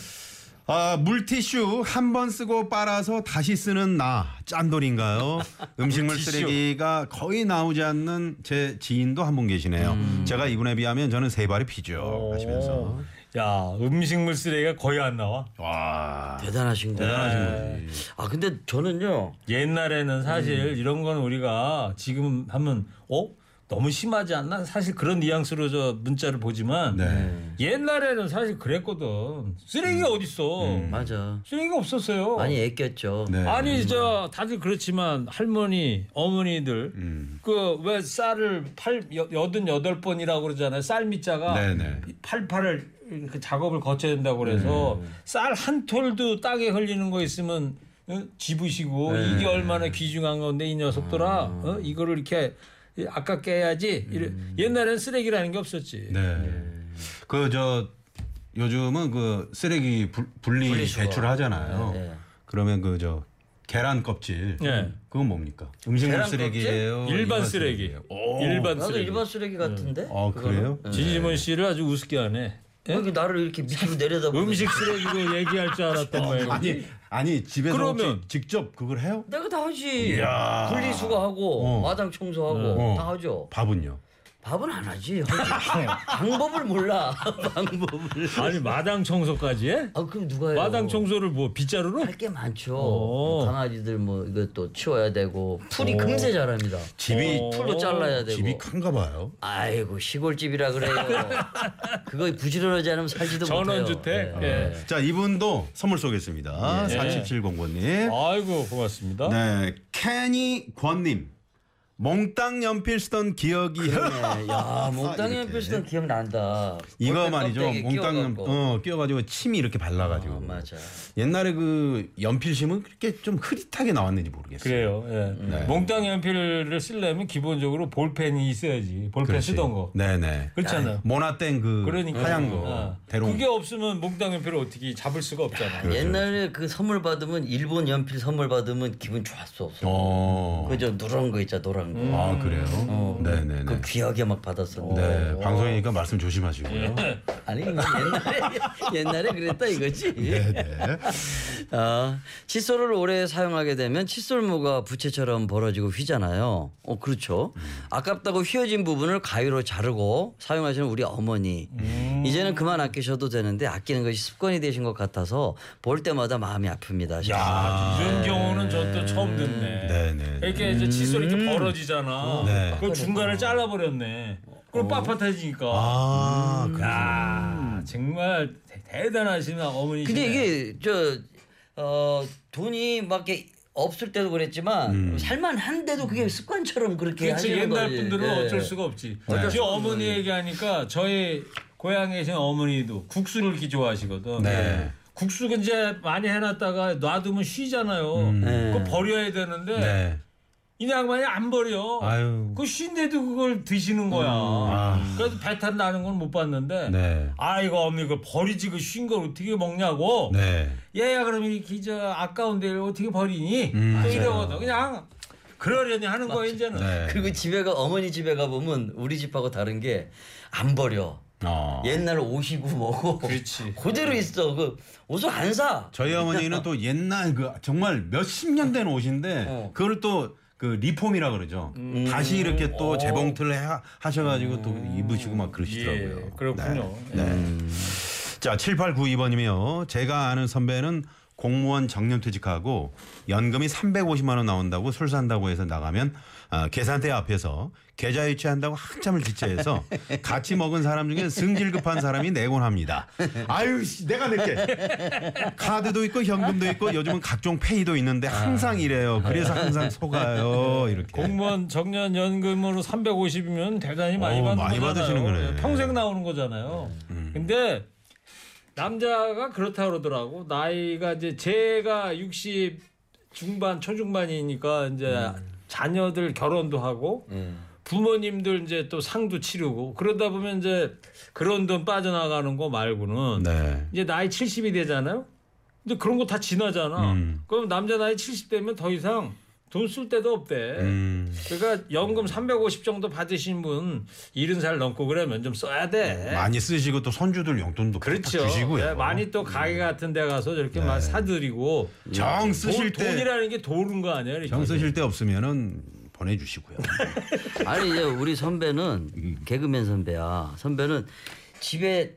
G: 아, 물티슈 한 번 쓰고 빨아서 다시 쓰는 나 짠돌인가요? 음식물
A: 물티슈.
G: 쓰레기가 거의 나오지 않는 제 지인도 한 분 계시네요. 제가 이분에 비하면 저는 세 발이 비죠. 하시면서
A: 야 음식물 쓰레기가 거의 안 나와.
G: 와
H: 대단하신 거예요.
G: 네. 대단하신 거지.
H: 아 근데 저는요.
A: 옛날에는 사실
G: 음.
A: 이런 건 우리가 지금 하면 어 너무 심하지 않나 사실 그런 뉘앙스로 저 문자를 보지만
G: 네.
A: 옛날에는 사실 그랬거든
G: 음.
A: 쓰레기가 어딨어
H: 맞아.
A: 쓰레기가 없었어요
H: 많이 애꼈죠.
G: 네.
A: 아니 저 다들 그렇지만 할머니 어머니들 그 왜 쌀을 팔 여- 여든 여덟 번이라고 그러잖아요 쌀 밑자가
G: 네네.
A: 팔팔을 이렇게 작업을 거쳐야 된다고 그래서 쌀 한 톨도 땅에 흘리는 거 있으면 어? 집으시고 이게 얼마나 귀중한 건데 이 네. 녀석들아 어? 이거를 이렇게 아깝게 해야지 이래- 옛날엔 쓰레기라는 게 없었지
G: 네. 그 저 요즘은 그 쓰레기 분- 분리
H: 분리수거.
G: 배출하잖아요.
H: 네, 네.
G: 그러면 그 저 계란 껍질
A: 네.
G: 그건 뭡니까? 음식물
H: 계란
G: 쓰레기예요.
A: 어, 일반 쓰레기 어,
G: 쓰레기예요?
A: 일반
H: 나도
A: 쓰레기
H: 일반 쓰레기 같은데.
G: 아 그래요?
A: 진심원 씨를 아주 우습게 하네 예?
H: 여기 나를 이렇게 밑으로 내려다보고.
A: 음식 쓰레기로 얘기할 줄 알았단 말이야
G: 아니 아니 집에서 혹시
A: 그러면-
G: 직접 그걸 해요?
H: 내가 다 하지. 분리수거하고
G: 어.
H: 마당 청소하고
G: 어.
H: 다 하죠.
G: 밥은요?
H: 밥은 안 하지. 하지. 방법을 몰라. 방법을.
A: 아니 마당 청소까지 해?
H: 아 그럼 누가 해요?
A: 마당 청소를 뭐 빗자루로?
H: 할 게 많죠.
A: 오.
H: 강아지들 뭐 이것도 치워야 되고 풀이 금세 자랍니다.
G: 집이
A: 어.
H: 풀도 잘라야 되고.
G: 집이 큰가 봐요.
H: 아이고 시골집이라 그래요. 그거 부지런하지 않으면 살지도 못해요.
A: 전원주택?
H: 예.
A: 예.
G: 자 이분도 선물 쏘겠습니다.
A: 예.
G: 4770번님.
A: 아이고 고맙습니다.
G: 네, 캐니 권님. 몽땅 연필 쓰던 기억이
H: 네, 야 몽땅
G: 이렇게.
H: 연필수는 기억난다.
G: 이거
H: 볼펜
G: 말이죠.
H: 껍데기
G: 몽땅 연,
H: 끼워갖고.
G: 어, 끼워가지고 침이 이렇게 발라가지고.
H: 어, 맞아.
G: 옛날에 그 연필심은 그렇게 좀 흐릿하게 나왔는지 모르겠어요.
A: 그래요. 예.
G: 네.
A: 몽땅 연필을 쓰려면 기본적으로 볼펜이 있어야지. 볼펜
G: 그렇지.
A: 쓰던 거.
G: 네네.
A: 그렇잖아요.
G: 모나땡 그
A: 그렇죠. 그러니까
G: 하얀 거.
A: 어.
G: 대롱.
A: 그게 없으면 몽땅 연필을 어떻게 잡을 수가 없잖아. 요
H: 옛날에 그 선물 받으면 일본 연필 선물 받으면 기분 좋았어.
G: 어.
H: 그저 누런 거 있잖아 노란 거.
G: 아 그래요?
A: 어.
G: 네네네.
H: 그 귀하게 막 받았었는데.
G: 네 방송이니까 말씀
A: 예.
G: 조심하시고요.
H: 아니 이거 옛날에 옛날에 그랬다 이거지.
G: 네네.
H: 아, 칫솔을 오래 사용하게 되면 칫솔모가 부채처럼 벌어지고 휘잖아요. 어, 그렇죠.
G: 음.
H: 아깝다고 휘어진 부분을 가위로 자르고 사용하시는 우리 어머니.
G: 음.
H: 이제는 그만 아끼셔도 되는데 아끼는 것이 습관이 되신 것 같아서 볼 때마다 마음이 아픕니다.
A: 야, 이런 경우는 저 또 처음 듣네. 그러니까
G: 네네.
A: 이렇게 이제 칫솔이 이렇게
H: 음.
A: 벌어지잖아.
G: 네.
A: 그걸 중간을 잘라버렸네. 그럼
H: 어.
A: 빳빳해지니까.
G: 아
H: 음.
A: 야, 정말 대- 대단하시나 어머니.
H: 근데 이게 저 어, 돈이 막 이렇게 없을 때도 그랬지만 살만한데도 그게 습관처럼 그렇게
A: 그렇지
H: 하시는
A: 옛날
H: 거지.
A: 분들은
H: 예.
A: 어쩔 수가 없지. 지금 어머니 얘기하니까 저희 고향에 계신 어머니도 국수를 이렇게 좋아하시거든.
G: 네.
A: 국수 이제 많이 해놨다가 놔두면 쉬잖아요.
H: 네.
A: 그거 버려야 되는데
G: 음. 네.
A: 이 양반이 안 버려.
G: 아유.
A: 그 쉰데도 그걸 드시는 거야.
G: 아.
A: 그래서 배탈 나는 건 못 봤는데.
G: 네.
A: 아이고 어머니 그걸 버리지 그 쉰 걸 어떻게 먹냐고.
G: 네. 음,
A: 얘야 그럼 이렇게 저 아까운데 이걸 어떻게 버리니? 또 이러거든. 그냥 그러려니 하는 거야 이제는.
G: 네.
H: 그리고 집에 가 어머니 집에 가 보면 우리 집하고 다른 게 안 버려.
G: 어.
H: 옛날 옷이고 뭐고
A: 그렇지.
H: 그대로 있어. 그 옷을 안 사.
G: 저희 어머니는 또 옛날 그 정말 몇십 년 된 옷인데
H: 어.
G: 그걸 또 그 리폼이라 그러죠.
A: 음.
G: 다시 이렇게 또
A: 어.
G: 재봉틀을 해- 하셔가지고 또 입으시고 막 그러시더라고요.
A: 예, 그렇군요.
G: 네. 네. 자, 7892번이며 제가 아는 선배는 공무원 정년퇴직하고 연금이 350만 원 나온다고 술 산다고 해서 나가면 아, 계산대 앞에서 계좌 이체한다고 한참을 지체해서 같이 먹은 사람 중에 승질 급한 사람이 내곤 합니다. 아유, 씨, 내가 낼게. 카드도 있고 현금도 있고 요즘은 각종 페이도 있는데 항상 이래요. 그래서 항상 속아요. 이렇게.
A: 아. 공무원 정년 연금으로 350이면 대단히 많이
G: 오,
A: 받는 거잖아요.
G: 많이 받으시는 거네. 네. 음.
A: 평생 나오는 거잖아요. 근데 남자가 그렇다 그러더라고. 나이가 이제 제가 60 중반 초중반이니까 이제
G: 음.
A: 자녀들 결혼도 하고 부모님들 이제 또 상도 치르고 그러다 보면 이제 그런 돈 빠져나가는 거 말고는
G: 네.
A: 이제 나이 70이 되잖아요. 근데 그런 거 다 지나잖아.
G: 음.
A: 그럼 남자 나이 70 되면 더 이상 돈 쓸 데도 없대.
G: 음.
A: 그러니까 연금 350 정도 받으신 분 70살 넘고 그러면 좀 써야 돼.
G: 네, 많이 쓰시고 또 손주들 용돈도
A: 네. 그렇죠.
G: 팍팍 주시고요.
A: 네, 많이 또 가게 같은 데 가서 저렇게 막 사드리고
G: 정
A: 돈,
G: 쓰실 때
A: 돈이라는 게 도는 거 아니야? 이렇게.
G: 정 쓰실 때 없으면은 보내주시고요.
H: 아니 이제 우리
A: 음.
H: 선배는 개그맨 선배야. 선배는 집에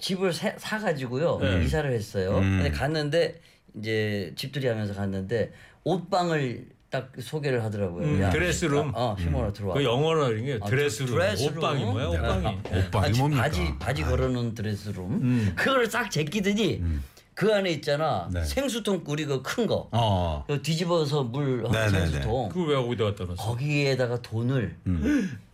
H: 집을 사, 사가지고요
A: 네.
H: 이사를 했어요.
A: 음.
H: 근데 갔는데 이제 집들이 하면서 갔는데 옷방을 딱 소개를 하더라고요.
A: 음, 드레스룸.
H: 어, 휴머로 들어와.
A: 그 영어로 이런 게
H: 아,
A: 드레스룸,
H: 드레스룸. 네. 아,
A: 옷방이 뭐야?
G: 네.
A: 옷방이. 아.
G: 오빠 이 뭡니까?
H: 바지 바지 걸어놓은 드레스룸
A: 음.
H: 그걸 싹 제끼더니 그 안에 있잖아
G: 네.
H: 생수통 우리 그큰거
G: 어.
H: 뒤집어서 물 하는
G: 네, 네, 네.
H: 생수통
A: 그거 왜 어디다 갖다 놨어?
H: 거기에다가 돈을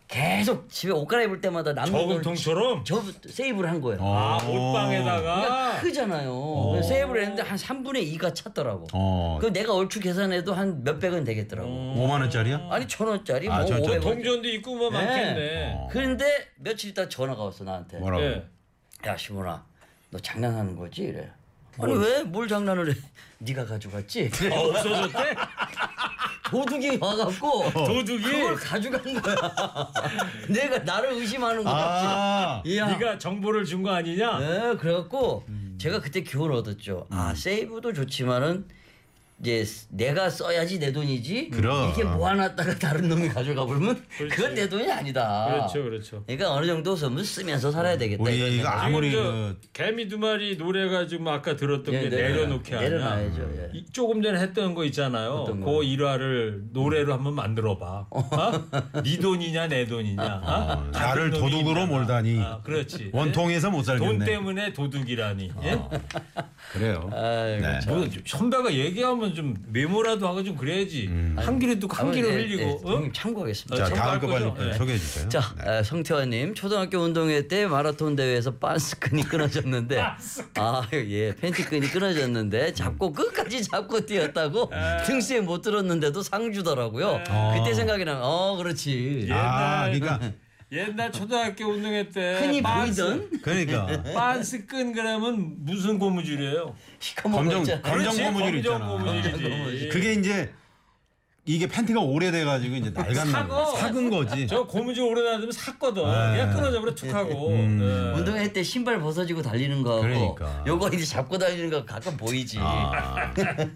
H: 계속 집에 옷 갈아입을 때마다 남는 돈을
A: 저금통처럼?
H: 저 세이브를 한 거예요.
A: 아,
H: 그러니까
A: 옷방에다가
H: 크잖아요. 그래서 세이브를 했는데 한 3분의 2가 찼더라고.
G: 어.
H: 그 내가 얼추 계산해도 한 몇백은 되겠더라고.
G: 5만 원짜리야?
H: 아니 천 원짜리
G: 아,
H: 뭐
G: 저, 저
H: 500원.
A: 동전도 있고 뭐 많겠네.
G: 어.
H: 그런데 며칠 있다 전화가 왔어 나한테.
G: 뭐라고?
A: 예.
H: 야 시문아 너 장난하는 거지 이래 아니 왜 뭘 장난을 해 네가 가져갔지
A: 아, 없어졌대?
H: 도둑이 와갖고
A: 도둑이?
H: 그걸 가져간 거야 내가 나를 의심하는 거지
G: 아.
H: 이야
A: 네가 정보를 준 거 아니냐?
H: 네, 그래갖고 제가 그때 교훈을 얻었죠 아
G: 음.
H: 세이브도 좋지만은 이제 내가 써야지 내 돈이지
G: 그럼.
H: 이게 모아놨다가 다른 놈이 가져가 버리면 그건 내 돈이 아니다
A: 그렇죠, 그렇죠.
H: 그러니까 어느 정도 좀 쓰면서 살아야 되겠다 이런 생각.
G: 음, 우리가 아무리
A: 지금
G: 그
A: 저 개미 두 마리 노래가 지금 아까 들었던
H: 예,
A: 게
H: 내려-
A: 내려놓게 하냐.
H: 내려놔야죠, 예.
A: 이- 조금 전에 했던 거 있잖아요.
H: 어떤
A: 그
H: 거요?
A: 일화를 노래로 한번 만들어봐. 어? 네 돈이냐 내 돈이냐. 어?
G: 나를
A: 다른 놈이
G: 도둑으로
A: 있냐.
G: 몰다니. 네?
A: 아, 그렇지.
G: 원통에서 못 살겠네.
A: 돈 때문에 도둑이라니. 예?
G: 그래요.
H: 아이고,
G: 네.
A: 뭐 선배가 얘기하면 좀 메모라도 하고 좀 그래야지. 한 길에도 한 길에
H: 네,
A: 흘리고.
H: 네,
A: 어?
H: 형님 참고하겠습니다.
G: 자
A: 어,
G: 다음 거 빨리
A: 거죠? 네.
G: 소개해 주세요.
H: 자, 에, 성태환님 초등학교 운동회 때 마라톤 대회에서 반스끈이 끊어졌는데 아예 팬티끈이 끊어졌는데 잡고 끝까지 잡고 뛰었다고 등수에 못 들었는데도 상 주더라고요. 그때 생각이 나면 어 그렇지.
G: 아,
A: 옛날-
G: 그러니까
A: 옛날 초등학교 운동회 때
H: 흔히
A: 반스-
H: 보이던
G: 그러니까
A: 반스 끈 그러면 무슨 고무줄이에요?
H: 시커먼 거
G: 검정-
H: 있잖아.
G: 검정
A: 그렇지,
G: 고무줄 있잖아.
A: 고무줄이지.
G: 그게 이제 이게 팬티가 오래돼가지고 이제 낡았나
A: 그 사고.
G: 봐. 삭은 거지.
A: 저 고무줄 오래 놔두면 샀거든.
G: 네.
A: 그냥 끊어져 버려 툭 하고.
G: 음.
A: 네.
H: 운동회 때 신발 벗어지고 달리는 거하고
G: 그러니까.
H: 요거 이제 잡고 달리는 거 가끔 보이지.
G: 아.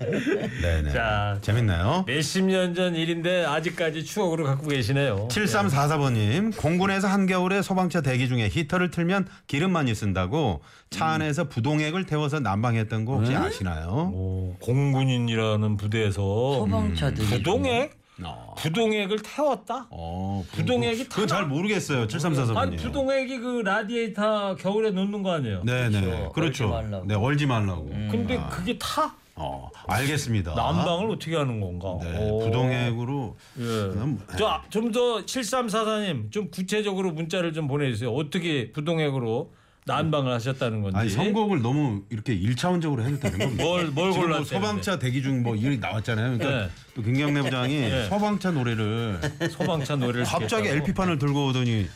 G: 네네.
A: 자.
G: 재밌나요?
A: 몇십 년 전 일인데 아직까지 추억으로 갖고 계시네요.
G: 7344번님 공군에서 한겨울에 소방차 대기 중에 히터를 틀면 기름 많이 쓴다고 차
A: 음.
G: 안에서 부동액을 태워서 난방했던 거 혹시 아시나요?
A: 네? 오, 공군인이라는 부대에서 음,
H: 소방차들
A: 부동액
G: 어.
A: 부동액을 태웠다.
G: 어, 부-
A: 부동액이
G: 그건 잘 모르겠어요. 7344번님.
A: 아니 부동액이 그 라디에이터 겨울에 놓는 거 아니에요? 음.
G: 네네 아.
H: 그렇죠. 얼지
G: 그렇죠.
H: 말라고.
G: 네 얼지 말라고.
A: 근데 그게 타?
G: 어 알겠습니다.
A: 난방을 어떻게 하는 건가?
G: 아? 네
A: 오.
G: 부동액으로 그럼-
A: 예. 자, 좀 더 7344님 좀 구체적으로 문자를 좀 보내주세요. 어떻게 부동액으로 난방을 하셨다는 건지.
G: 아니 선곡을 너무 이렇게 일차원적으로 해도 되는 겁니다.
A: 뭘- 뭘
G: 지금 뭐
A: 골랐대요,
G: 서방차 대기 중 뭐 이런 게 나왔잖아요. 그러니까
A: 네.
G: 또 김경래 부장이 서방차 노래를
A: 소방차 노래를
G: 갑자기
A: 시켰다고?
G: LP 판을 들고 오더니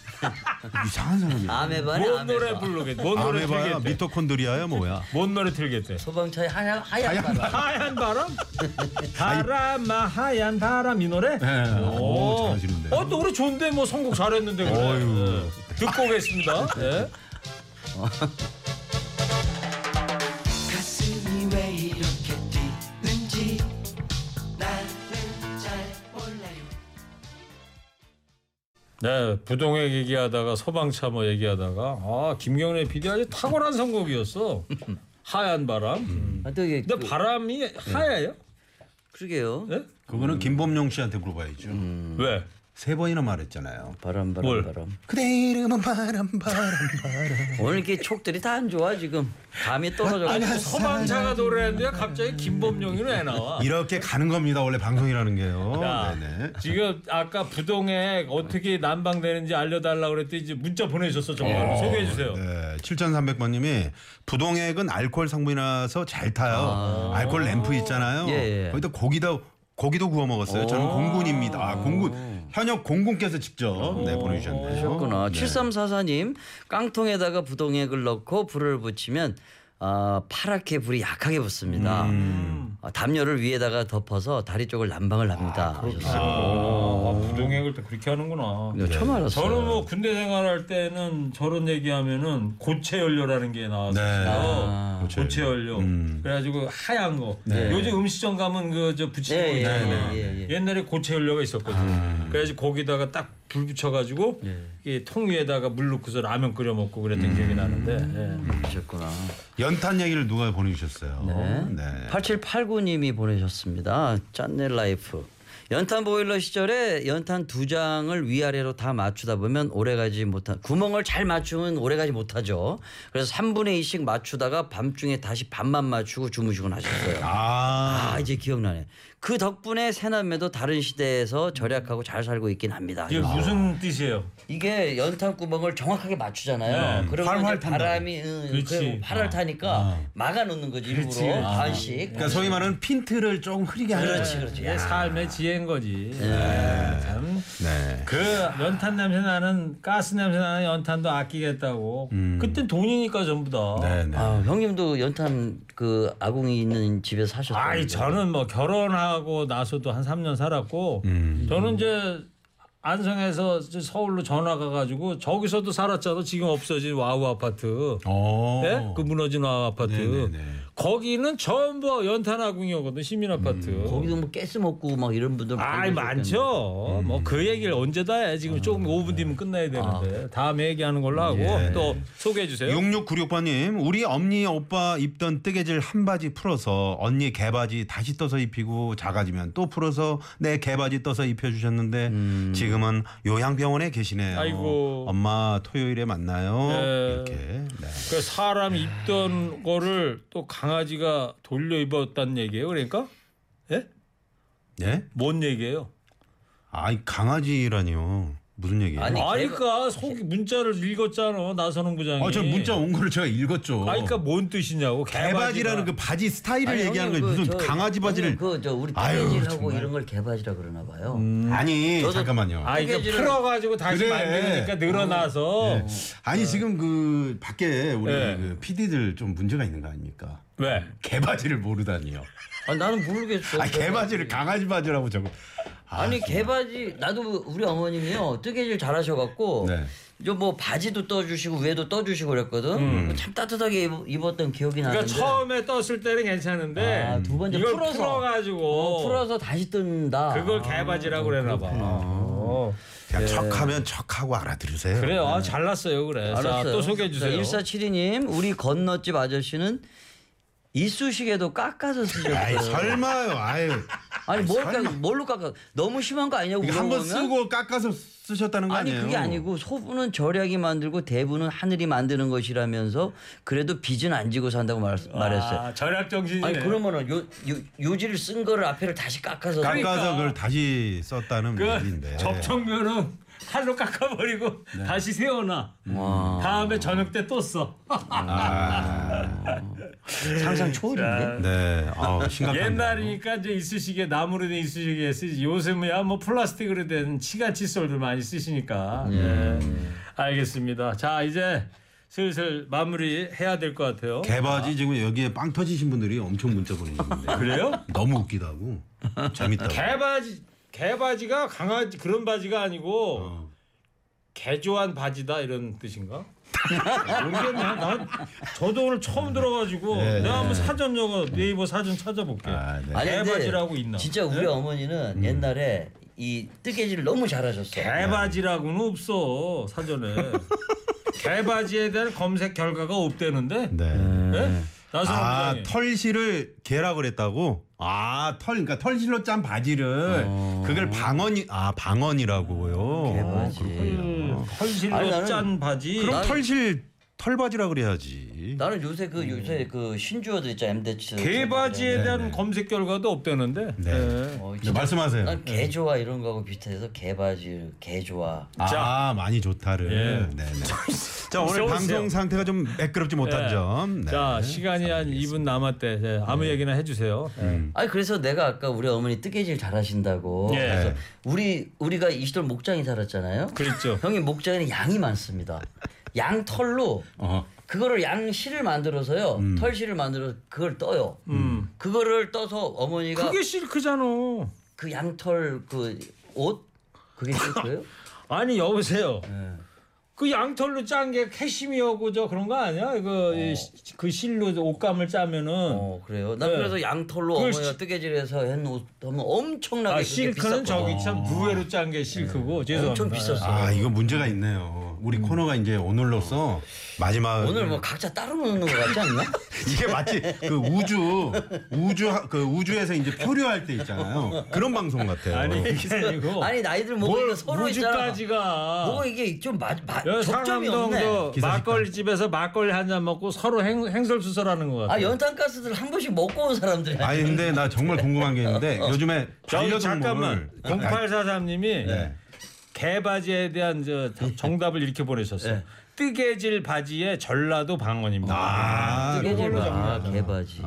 G: 이상한 사람이야.
H: 아메바네
A: 뭔
H: 아메바.
A: 노래 부르겠대? 뭔 노래
G: 아메바야
A: 틀겠대?
G: 미토콘드리아야 뭐야?
A: 뭔 노래 틀겠대?
H: 소방차의 하얀 하얀 바람.
A: 하얀 바람? 바람아 하얀 바람 이 노래?
G: 네. 오, 잘하시는데.
A: 어, 노래 좋은데 뭐 선곡 잘했는데 그래.
G: 어휴.
A: 네. 듣고 오겠습니다. 네.
J: 가슴이 왜 이렇게 뛰는지 나는 잘 몰라요
A: 네, 부동액 얘기하다가 소방차 뭐 얘기하다가 아 김경래 PD 아주 탁월한 선곡이었어. 하얀 바람.
H: 아, 또 이게
A: 근데
H: 그,
A: 바람이 하얘요?
H: 그러게요.
A: 네?
G: 그거는 김범용 씨한테 물어봐야죠.
A: 왜?
G: 세 번이나 말했잖아요.
H: 바람 바람
A: 뭘?
H: 바람.
G: 그대 이름은 바람 바람 바람.
H: 오늘 이렇게 촉들이 다 안 좋아 지금. 감이
A: 아니,
G: 네,
H: 떨어져가지고.
A: 소방차가 노래했는데 갑자기 김범용이로 애 나와.
G: 이렇게 가는 겁니다. 원래 방송이라는 게요.
A: 야,
G: 네네.
A: 지금 아까 부동액 어떻게 난방되는지 알려달라 그랬더니 이제 문자 보내주셨어 정말 로 소개해 주세요.
G: 네, 7300번님이 부동액은 알코올 성분이라서 잘 타요. 알코올 램프 있잖아요.
H: 예, 예.
G: 거기다 고기다 고기도 구워 먹었어요. 저는 공군입니다. 아, 공군 현역 공군께서 직접 네, 보내주셨네요.
A: 아,
H: 그렇구나. 7344님 깡통에다가 부동액을 넣고 불을 붙이면 아, 파랗게 불이 약하게 붙습니다.
A: 음.
H: 아, 담요를 위에다가 덮어서 다리 쪽을 난방을 합니다.
A: 아,
H: 하셨어요.
A: 부동액을 또 그렇게 하는구나.
H: 이거 처음 알았어요.
A: 저는 뭐 군대 생활할 때는 저런 얘기하면은 고체 연료라는 게 나왔어요.
G: 네.
H: 아.
A: 고체, 연료. 그래가지고 하얀 거. 요즘 음식점 가면 그 저
H: 예,
A: 부치는 거
H: 예,
A: 있잖아요.
H: 예, 예, 예.
A: 옛날에 고체 연료가 있었거든. 요 그래가지고 거기다가 딱 불 붙여가지고 이통 위에다가 물 넣고서 라면 끓여 먹고 그랬던 기억이 나는데. 예.
H: 그러셨구나.
G: 연탄 얘기를 누가 보내주셨어요.
H: 네. 8789님이 보내셨습니다. 짠내 라이프. 연탄 보일러 시절에 연탄 두 장을 위아래로 다 맞추다 보면 오래가지 못한 구멍을 잘 맞추면 오래가지 못하죠. 그래서 3분의 2씩 맞추다가 밤중에 다시 반만 맞추고 주무시곤 하셨어요.
G: 아,
H: 아 이제 기억나네. 그 덕분에 새남매도 다른 시대에서 절약하고 잘 살고 있긴 합니다.
A: 이게 무슨 뜻이에요?
H: 이게 연탄 구멍을 정확하게 맞추잖아요. 그러면
G: 활활
H: 이제
G: 탄다.
H: 바람이 응,
A: 네. 그렇지. 아.
H: 그 활활 타니까 막아 놓는 거지 일부러 반씩.
G: 그러니까 소위 말하는 핀트를 조금 흐리게 하는.
H: 그렇지 그렇지.
A: 이게
H: 야.
A: 삶의 지혜인 거지. 예, 참.
G: 네.
A: 그 연탄 냄새 나는 가스 냄새 나는 연탄도 아끼겠다고.
H: 음.
A: 그땐 돈이니까 전부 다.
G: 네, 네.
H: 아, 형님도 연탄 그 아궁이 있는 집에 사셨어요.
A: 아이 저는 뭐 결혼하고 나서도 한 3년 살았고
H: 음.
A: 저는 이제 안성에서 이제 서울로 전화가 가지고 저기서도 살았잖아. 지금 없어진 와우 아파트.
H: 어.
G: 오.
A: 예? 그 뭐, 무너진 와우 아파트.
H: 네,
G: 네.
A: 거기는 전부 연탄 아궁이었거든. 시민 아파트.
H: 거기도 뭐 가스 먹고 막 이런
G: 음,
H: 분들
A: 아이
H: 많이 계셨겠네.
A: 많죠. 뭐 그 얘기를 언제 다 해. 지금
G: 아,
A: 조금 5분
G: 네.
A: 뒤면 끝나야 되는데 다음에 얘기하는 걸로 하고
G: 예.
A: 또 소개해 주세요.
G: 6696번님 우리 엄니 오빠 입던 뜨개질 한 바지 풀어서 언니 개바지 다시 떠서 입히고 작아지면 또 풀어서 내 개바지 떠서 입혀주셨는데 지금은 요양병원에 계시네요.
A: 음. 아이고.
G: 엄마 토요일에 만나요.
A: 네.
G: 이렇게. 네.
A: 그 사람 입던 거를 또 강아지가 돌려 입었다는 얘기예요. 그러니까? 예?
G: 네?
A: 뭔 얘기예요?
G: 아이 강아지라니요. 무슨 얘기예요?
H: 아니,
G: 아니,
A: 아니
H: 개가-
A: 그니까 속이 문자를 읽었잖아. 나선홍 부장이.
G: 아, 저 문자 온 거를 제가 읽었죠.
A: 아니 그러니까 그니까 뭔 뜻이냐고.
G: 개바지라는 그 바지 스타일을
H: 아니,
G: 얘기하는
H: 형님,
G: 거예요. 무슨
H: 그 저-
G: 강아지 바지를
H: 형님, 그저 우리
G: 아유,
H: 뜨개질하고
G: 정말. 음.
H: 이런 걸 개바지라 그러나 봐요.
G: 아니
H: 저도-
G: 잠깐만요.
A: 아니 그
H: 뜨개질을-
A: 풀어 가지고 다시
G: 그래. 예.
A: 만드니까 늘어나서
G: 아니
H: 네.
G: 지금 그 밖에 우리
A: 네.
G: 그 PD들 좀 문제가 있는 거 아닙니까?
A: 왜?
G: 개바지를 모르다니요.
H: 아, 나는 모르겠어.
G: 아 개바지를 강아지 바지라고 자꾸. 아,
H: 아니
G: 정말.
H: 개바지 나도 우리 어머님이요 뜨개질 잘하셔갖고
G: 네.
H: 저 뭐 바지도 떠주시고 위에도 떠주시고 그랬거든
G: 음.
H: 참 따뜻하게 입- 입었던 기억이
A: 그러니까
H: 나는데
A: 처음에 떴을 때는 괜찮은데
H: 아, 두 번째
A: 이걸
H: 풀어서.
A: 풀어 가지고
H: 어, 풀어서 다시 뜬다
A: 그걸 개바지라고 그랬나 봐. 어.
G: 그냥 척하면 척하고 알아들으세요.
A: 그래요. 아, 잘났어요. 그래. 자,
H: 알았어요.
A: 또 소개해 주세요.
H: 1472님, 우리 건너집 아저씨는 이쑤시개도 깎아서
G: 아이
H: 쓰셨어요.
G: 설마요. 아유.
H: 아니 뭘 깎, 뭘로 깎아? 너무 심한 거 아니냐고
G: 이거 한번
H: 물어보면?
G: 쓰고 깎아서 쓰셨다는 거
H: 아니
G: 아니에요?
H: 그게 아니고 소부는 절약이 만들고 대부는 하늘이 만드는 것이라면서 그래도 빚은 안 지고 산다고 말, 말했어요.
A: 아, 절약 정신이네.
H: 아니 그러면은 요, 요 요지를 쓴 거를 앞에를 다시 깎아서
G: 깎아서 그걸 다시 썼다는
A: 그
G: 얘기인데.
A: 접촉면은 칼로 깎아버리고
H: 네.
A: 다시 세워놔.
H: 와.
A: 다음에 저녁 때 또 써. 네,
H: 상상 초월인데.
G: 아, 네. 아, 심각합니다.
A: 옛날이니까 이제 이쑤시개 나무로 된 이쑤시개 쓰지 요즘이야 뭐 플라스틱으로 된 치가 칫솔들 많이
H: 음.
A: 쓰시니까 예. 알겠습니다 자 이제 슬슬 마무리 해야 될 것 같아요
G: 개바지 지금 여기에 빵 터지신 분들이 엄청 문자 보내주는데
A: 그래요
G: 너무 웃기다고 재밌다고
A: 개바지 개바지가 강아지 그런 바지가 아니고
G: 어.
A: 개조한 바지다 이런 뜻인가 모르겠네 난 저도 오늘 처음 들어가지고
G: 네,
A: 내가
G: 네.
A: 한번 사전 영어 네이버 사전 찾아볼게
G: 아, 네.
H: 아니, 근데
A: 개바지라고 있나 네?
H: 진짜 우리 어머니는
G: 음.
H: 옛날에 이 뜨개질 너무 잘하셨어.
A: 개바지라고는 없어 사전에 개바지에 대한 검색 결과가 없대는데
G: 네.
A: 예? 나선
G: 아
A: 부장이
G: 털실을 개라 그랬다고 아털 그러니까 털실로 짠 바지를
A: 어.
G: 그걸 방언이 아 방언이라고요
H: 개바지.
A: 음.
G: 그렇군요.
A: 털실로
H: 아니, 나는-
A: 짠 바지
G: 그럼
H: 난-
G: 털실 털바지라 그래야지
H: 나는 요새
A: 음.
H: 그 요새 그 신주어들 있잖아 엠데츠.
A: 개바지에 대한 검색 결과도 없대는데
G: 네.
A: 예.
H: 어,
G: 네,
H: 진짜
G: 말씀하세요
H: 난 개조화 이런 거하고 비슷해서 개바지, 개조화.
G: 아
A: 자.
G: 많이 좋다를
A: 예.
G: 네네 자 오늘
A: 세우세요.
G: 방송 상태가 좀 매끄럽지 못한
A: 예.
G: 점 네.
A: 자 시간이 한 2분 남았대 예,
H: 네.
A: 아무 얘기나 해주세요 예.
H: 아니 그래서 내가 아까 우리 어머니 뜨개질 잘하신다고.
A: 예.
H: 그래서 우리 우리가 이 시절 목장이 살았잖아요.
A: 그랬죠
H: 형님 목장에는 양이 많습니다. 양 털로 그거를 양 실을 만들어서요.
A: 음.
H: 털 실을 만들어서 그걸 떠요. 그거를 떠서 어머니가
A: 그게 실크잖아
H: 그 양털 그 옷 그게 실크예요?
A: 아니 여보세요
H: 네.
A: 그 양털로 짠 게 캐시미어고 저 그런 거 아니야 이거 이 시- 그 실로 옷감을 짜면은
H: 어 그래요. 나
A: 네.
H: 그래서 양털로
A: 그걸
H: 어머니가
A: 시-
H: 뜨개질해서 한옷 하면 엄청나게
A: 아
H: 그게
A: 실크는 저기
H: 비쌌거든요.
A: 참 무회로 짠 게 실크고 죄송합니다.
H: 엄청 비쌌어.
G: 아 이거 문제가 있네요 우리
A: 음.
G: 코너가 이제 오늘로써 마지막
H: 오늘 뭐 각자 따로 노는 것 같지 않나?
G: 이게 마치 그 우주 우주 하- 그 우주에서 이제 표류할 때 있잖아요. 그런 방송 같아요.
A: 아니 이게 아니고
H: 어. 아니 나이들
A: 뭘
H: 먹으니까 서로 있잖아.
A: 우주까지가
H: 뭐 이게 좀 마, 마,
A: 여
H: 접점이 없네.
A: 상암동도 막걸리 집에서 막걸리 한 잔 먹고 서로 행, 행설수설하는 것 같아.
H: 아 연탄가스들 한 번씩 먹고 온 사람들이
G: 아니 근데 나 정말 궁금한 게 있는데 요즘에 그
A: 저기
G: 반려동물
A: 잠깐만
G: 아니,
A: 0843님이
G: 네.
A: 개바지에 대한 저 정답을 이렇게 보내셨어요.
H: 네.
A: 뜨개질 바지의 전라도 방언입니다.
G: 아,
H: 뜨개질 아, 개바지.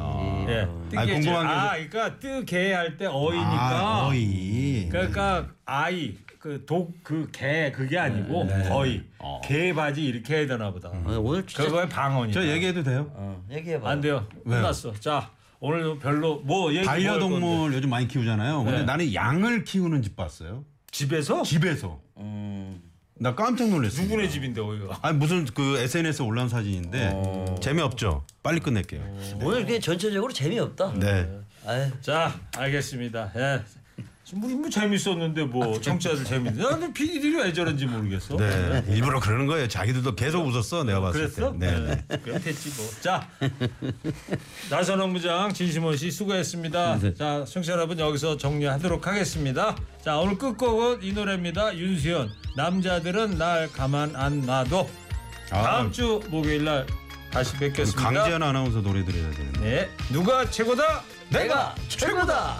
A: 예, 뜨개질.
G: 아니, 궁금한 게
A: 아, 그러니까 뜨개 할 때
G: 아,
A: 어이니까
G: 거의
A: 그러니까 아이 그 독 그 개 그게 아니고
G: 네.
A: 거의
G: 어.
A: 개 바지 이렇게 해야 되나 보다.
H: 아니, 어, 오늘 진짜
A: 그거의 방언이다.
G: 음. 저 얘기해도 돼요?
H: 어, 얘기해봐.
A: 안 돼요.
G: 왜요?
A: 끝났어. 자 오늘 별로 뭐 얘기 뭐할 건데.
G: 반려동물 요즘 많이 키우잖아요. 근데
A: 네.
G: 나는 양을 키우는 집 봤어요.
A: 집에서
G: 집에서
H: 음,
G: 나 깜짝 놀랐어요.
A: 누구네 집인데 오이가.
G: 아니 무슨 그 SNS 에 올라온 사진인데
A: 어.
G: 재미없죠. 빨리 끝낼게요.
H: 오늘 그게 전체적으로 재미없다.
G: 네.
H: 아유,
A: 자 알겠습니다. 예. 우리 뭐 재밌었는데 뭐 청취자들 재밌는데 나는 PD들이 왜 저런지 모르겠어.
G: 네. 일부러 그러는 거예요. 자기들도 계속 웃었어. 내가 봤을
A: 그랬어?
G: 때. 네. 네.
A: 그럼 됐지 뭐. 자, 나선홍 부장 진심원 씨 수고했습니다.
G: 네.
A: 자, 청취자 여러분 여기서 정리하도록 하겠습니다. 자, 오늘 끝곡은 이 노래입니다. 윤수연 남자들은 날 가만 안 놔둬. 다음
G: 아.
A: 주 목요일 날 다시 뵙겠습니다.
G: 강지현 아나운서 노래 들어야 되는데.
A: 네, 누가 최고다?
H: 내가 최고다.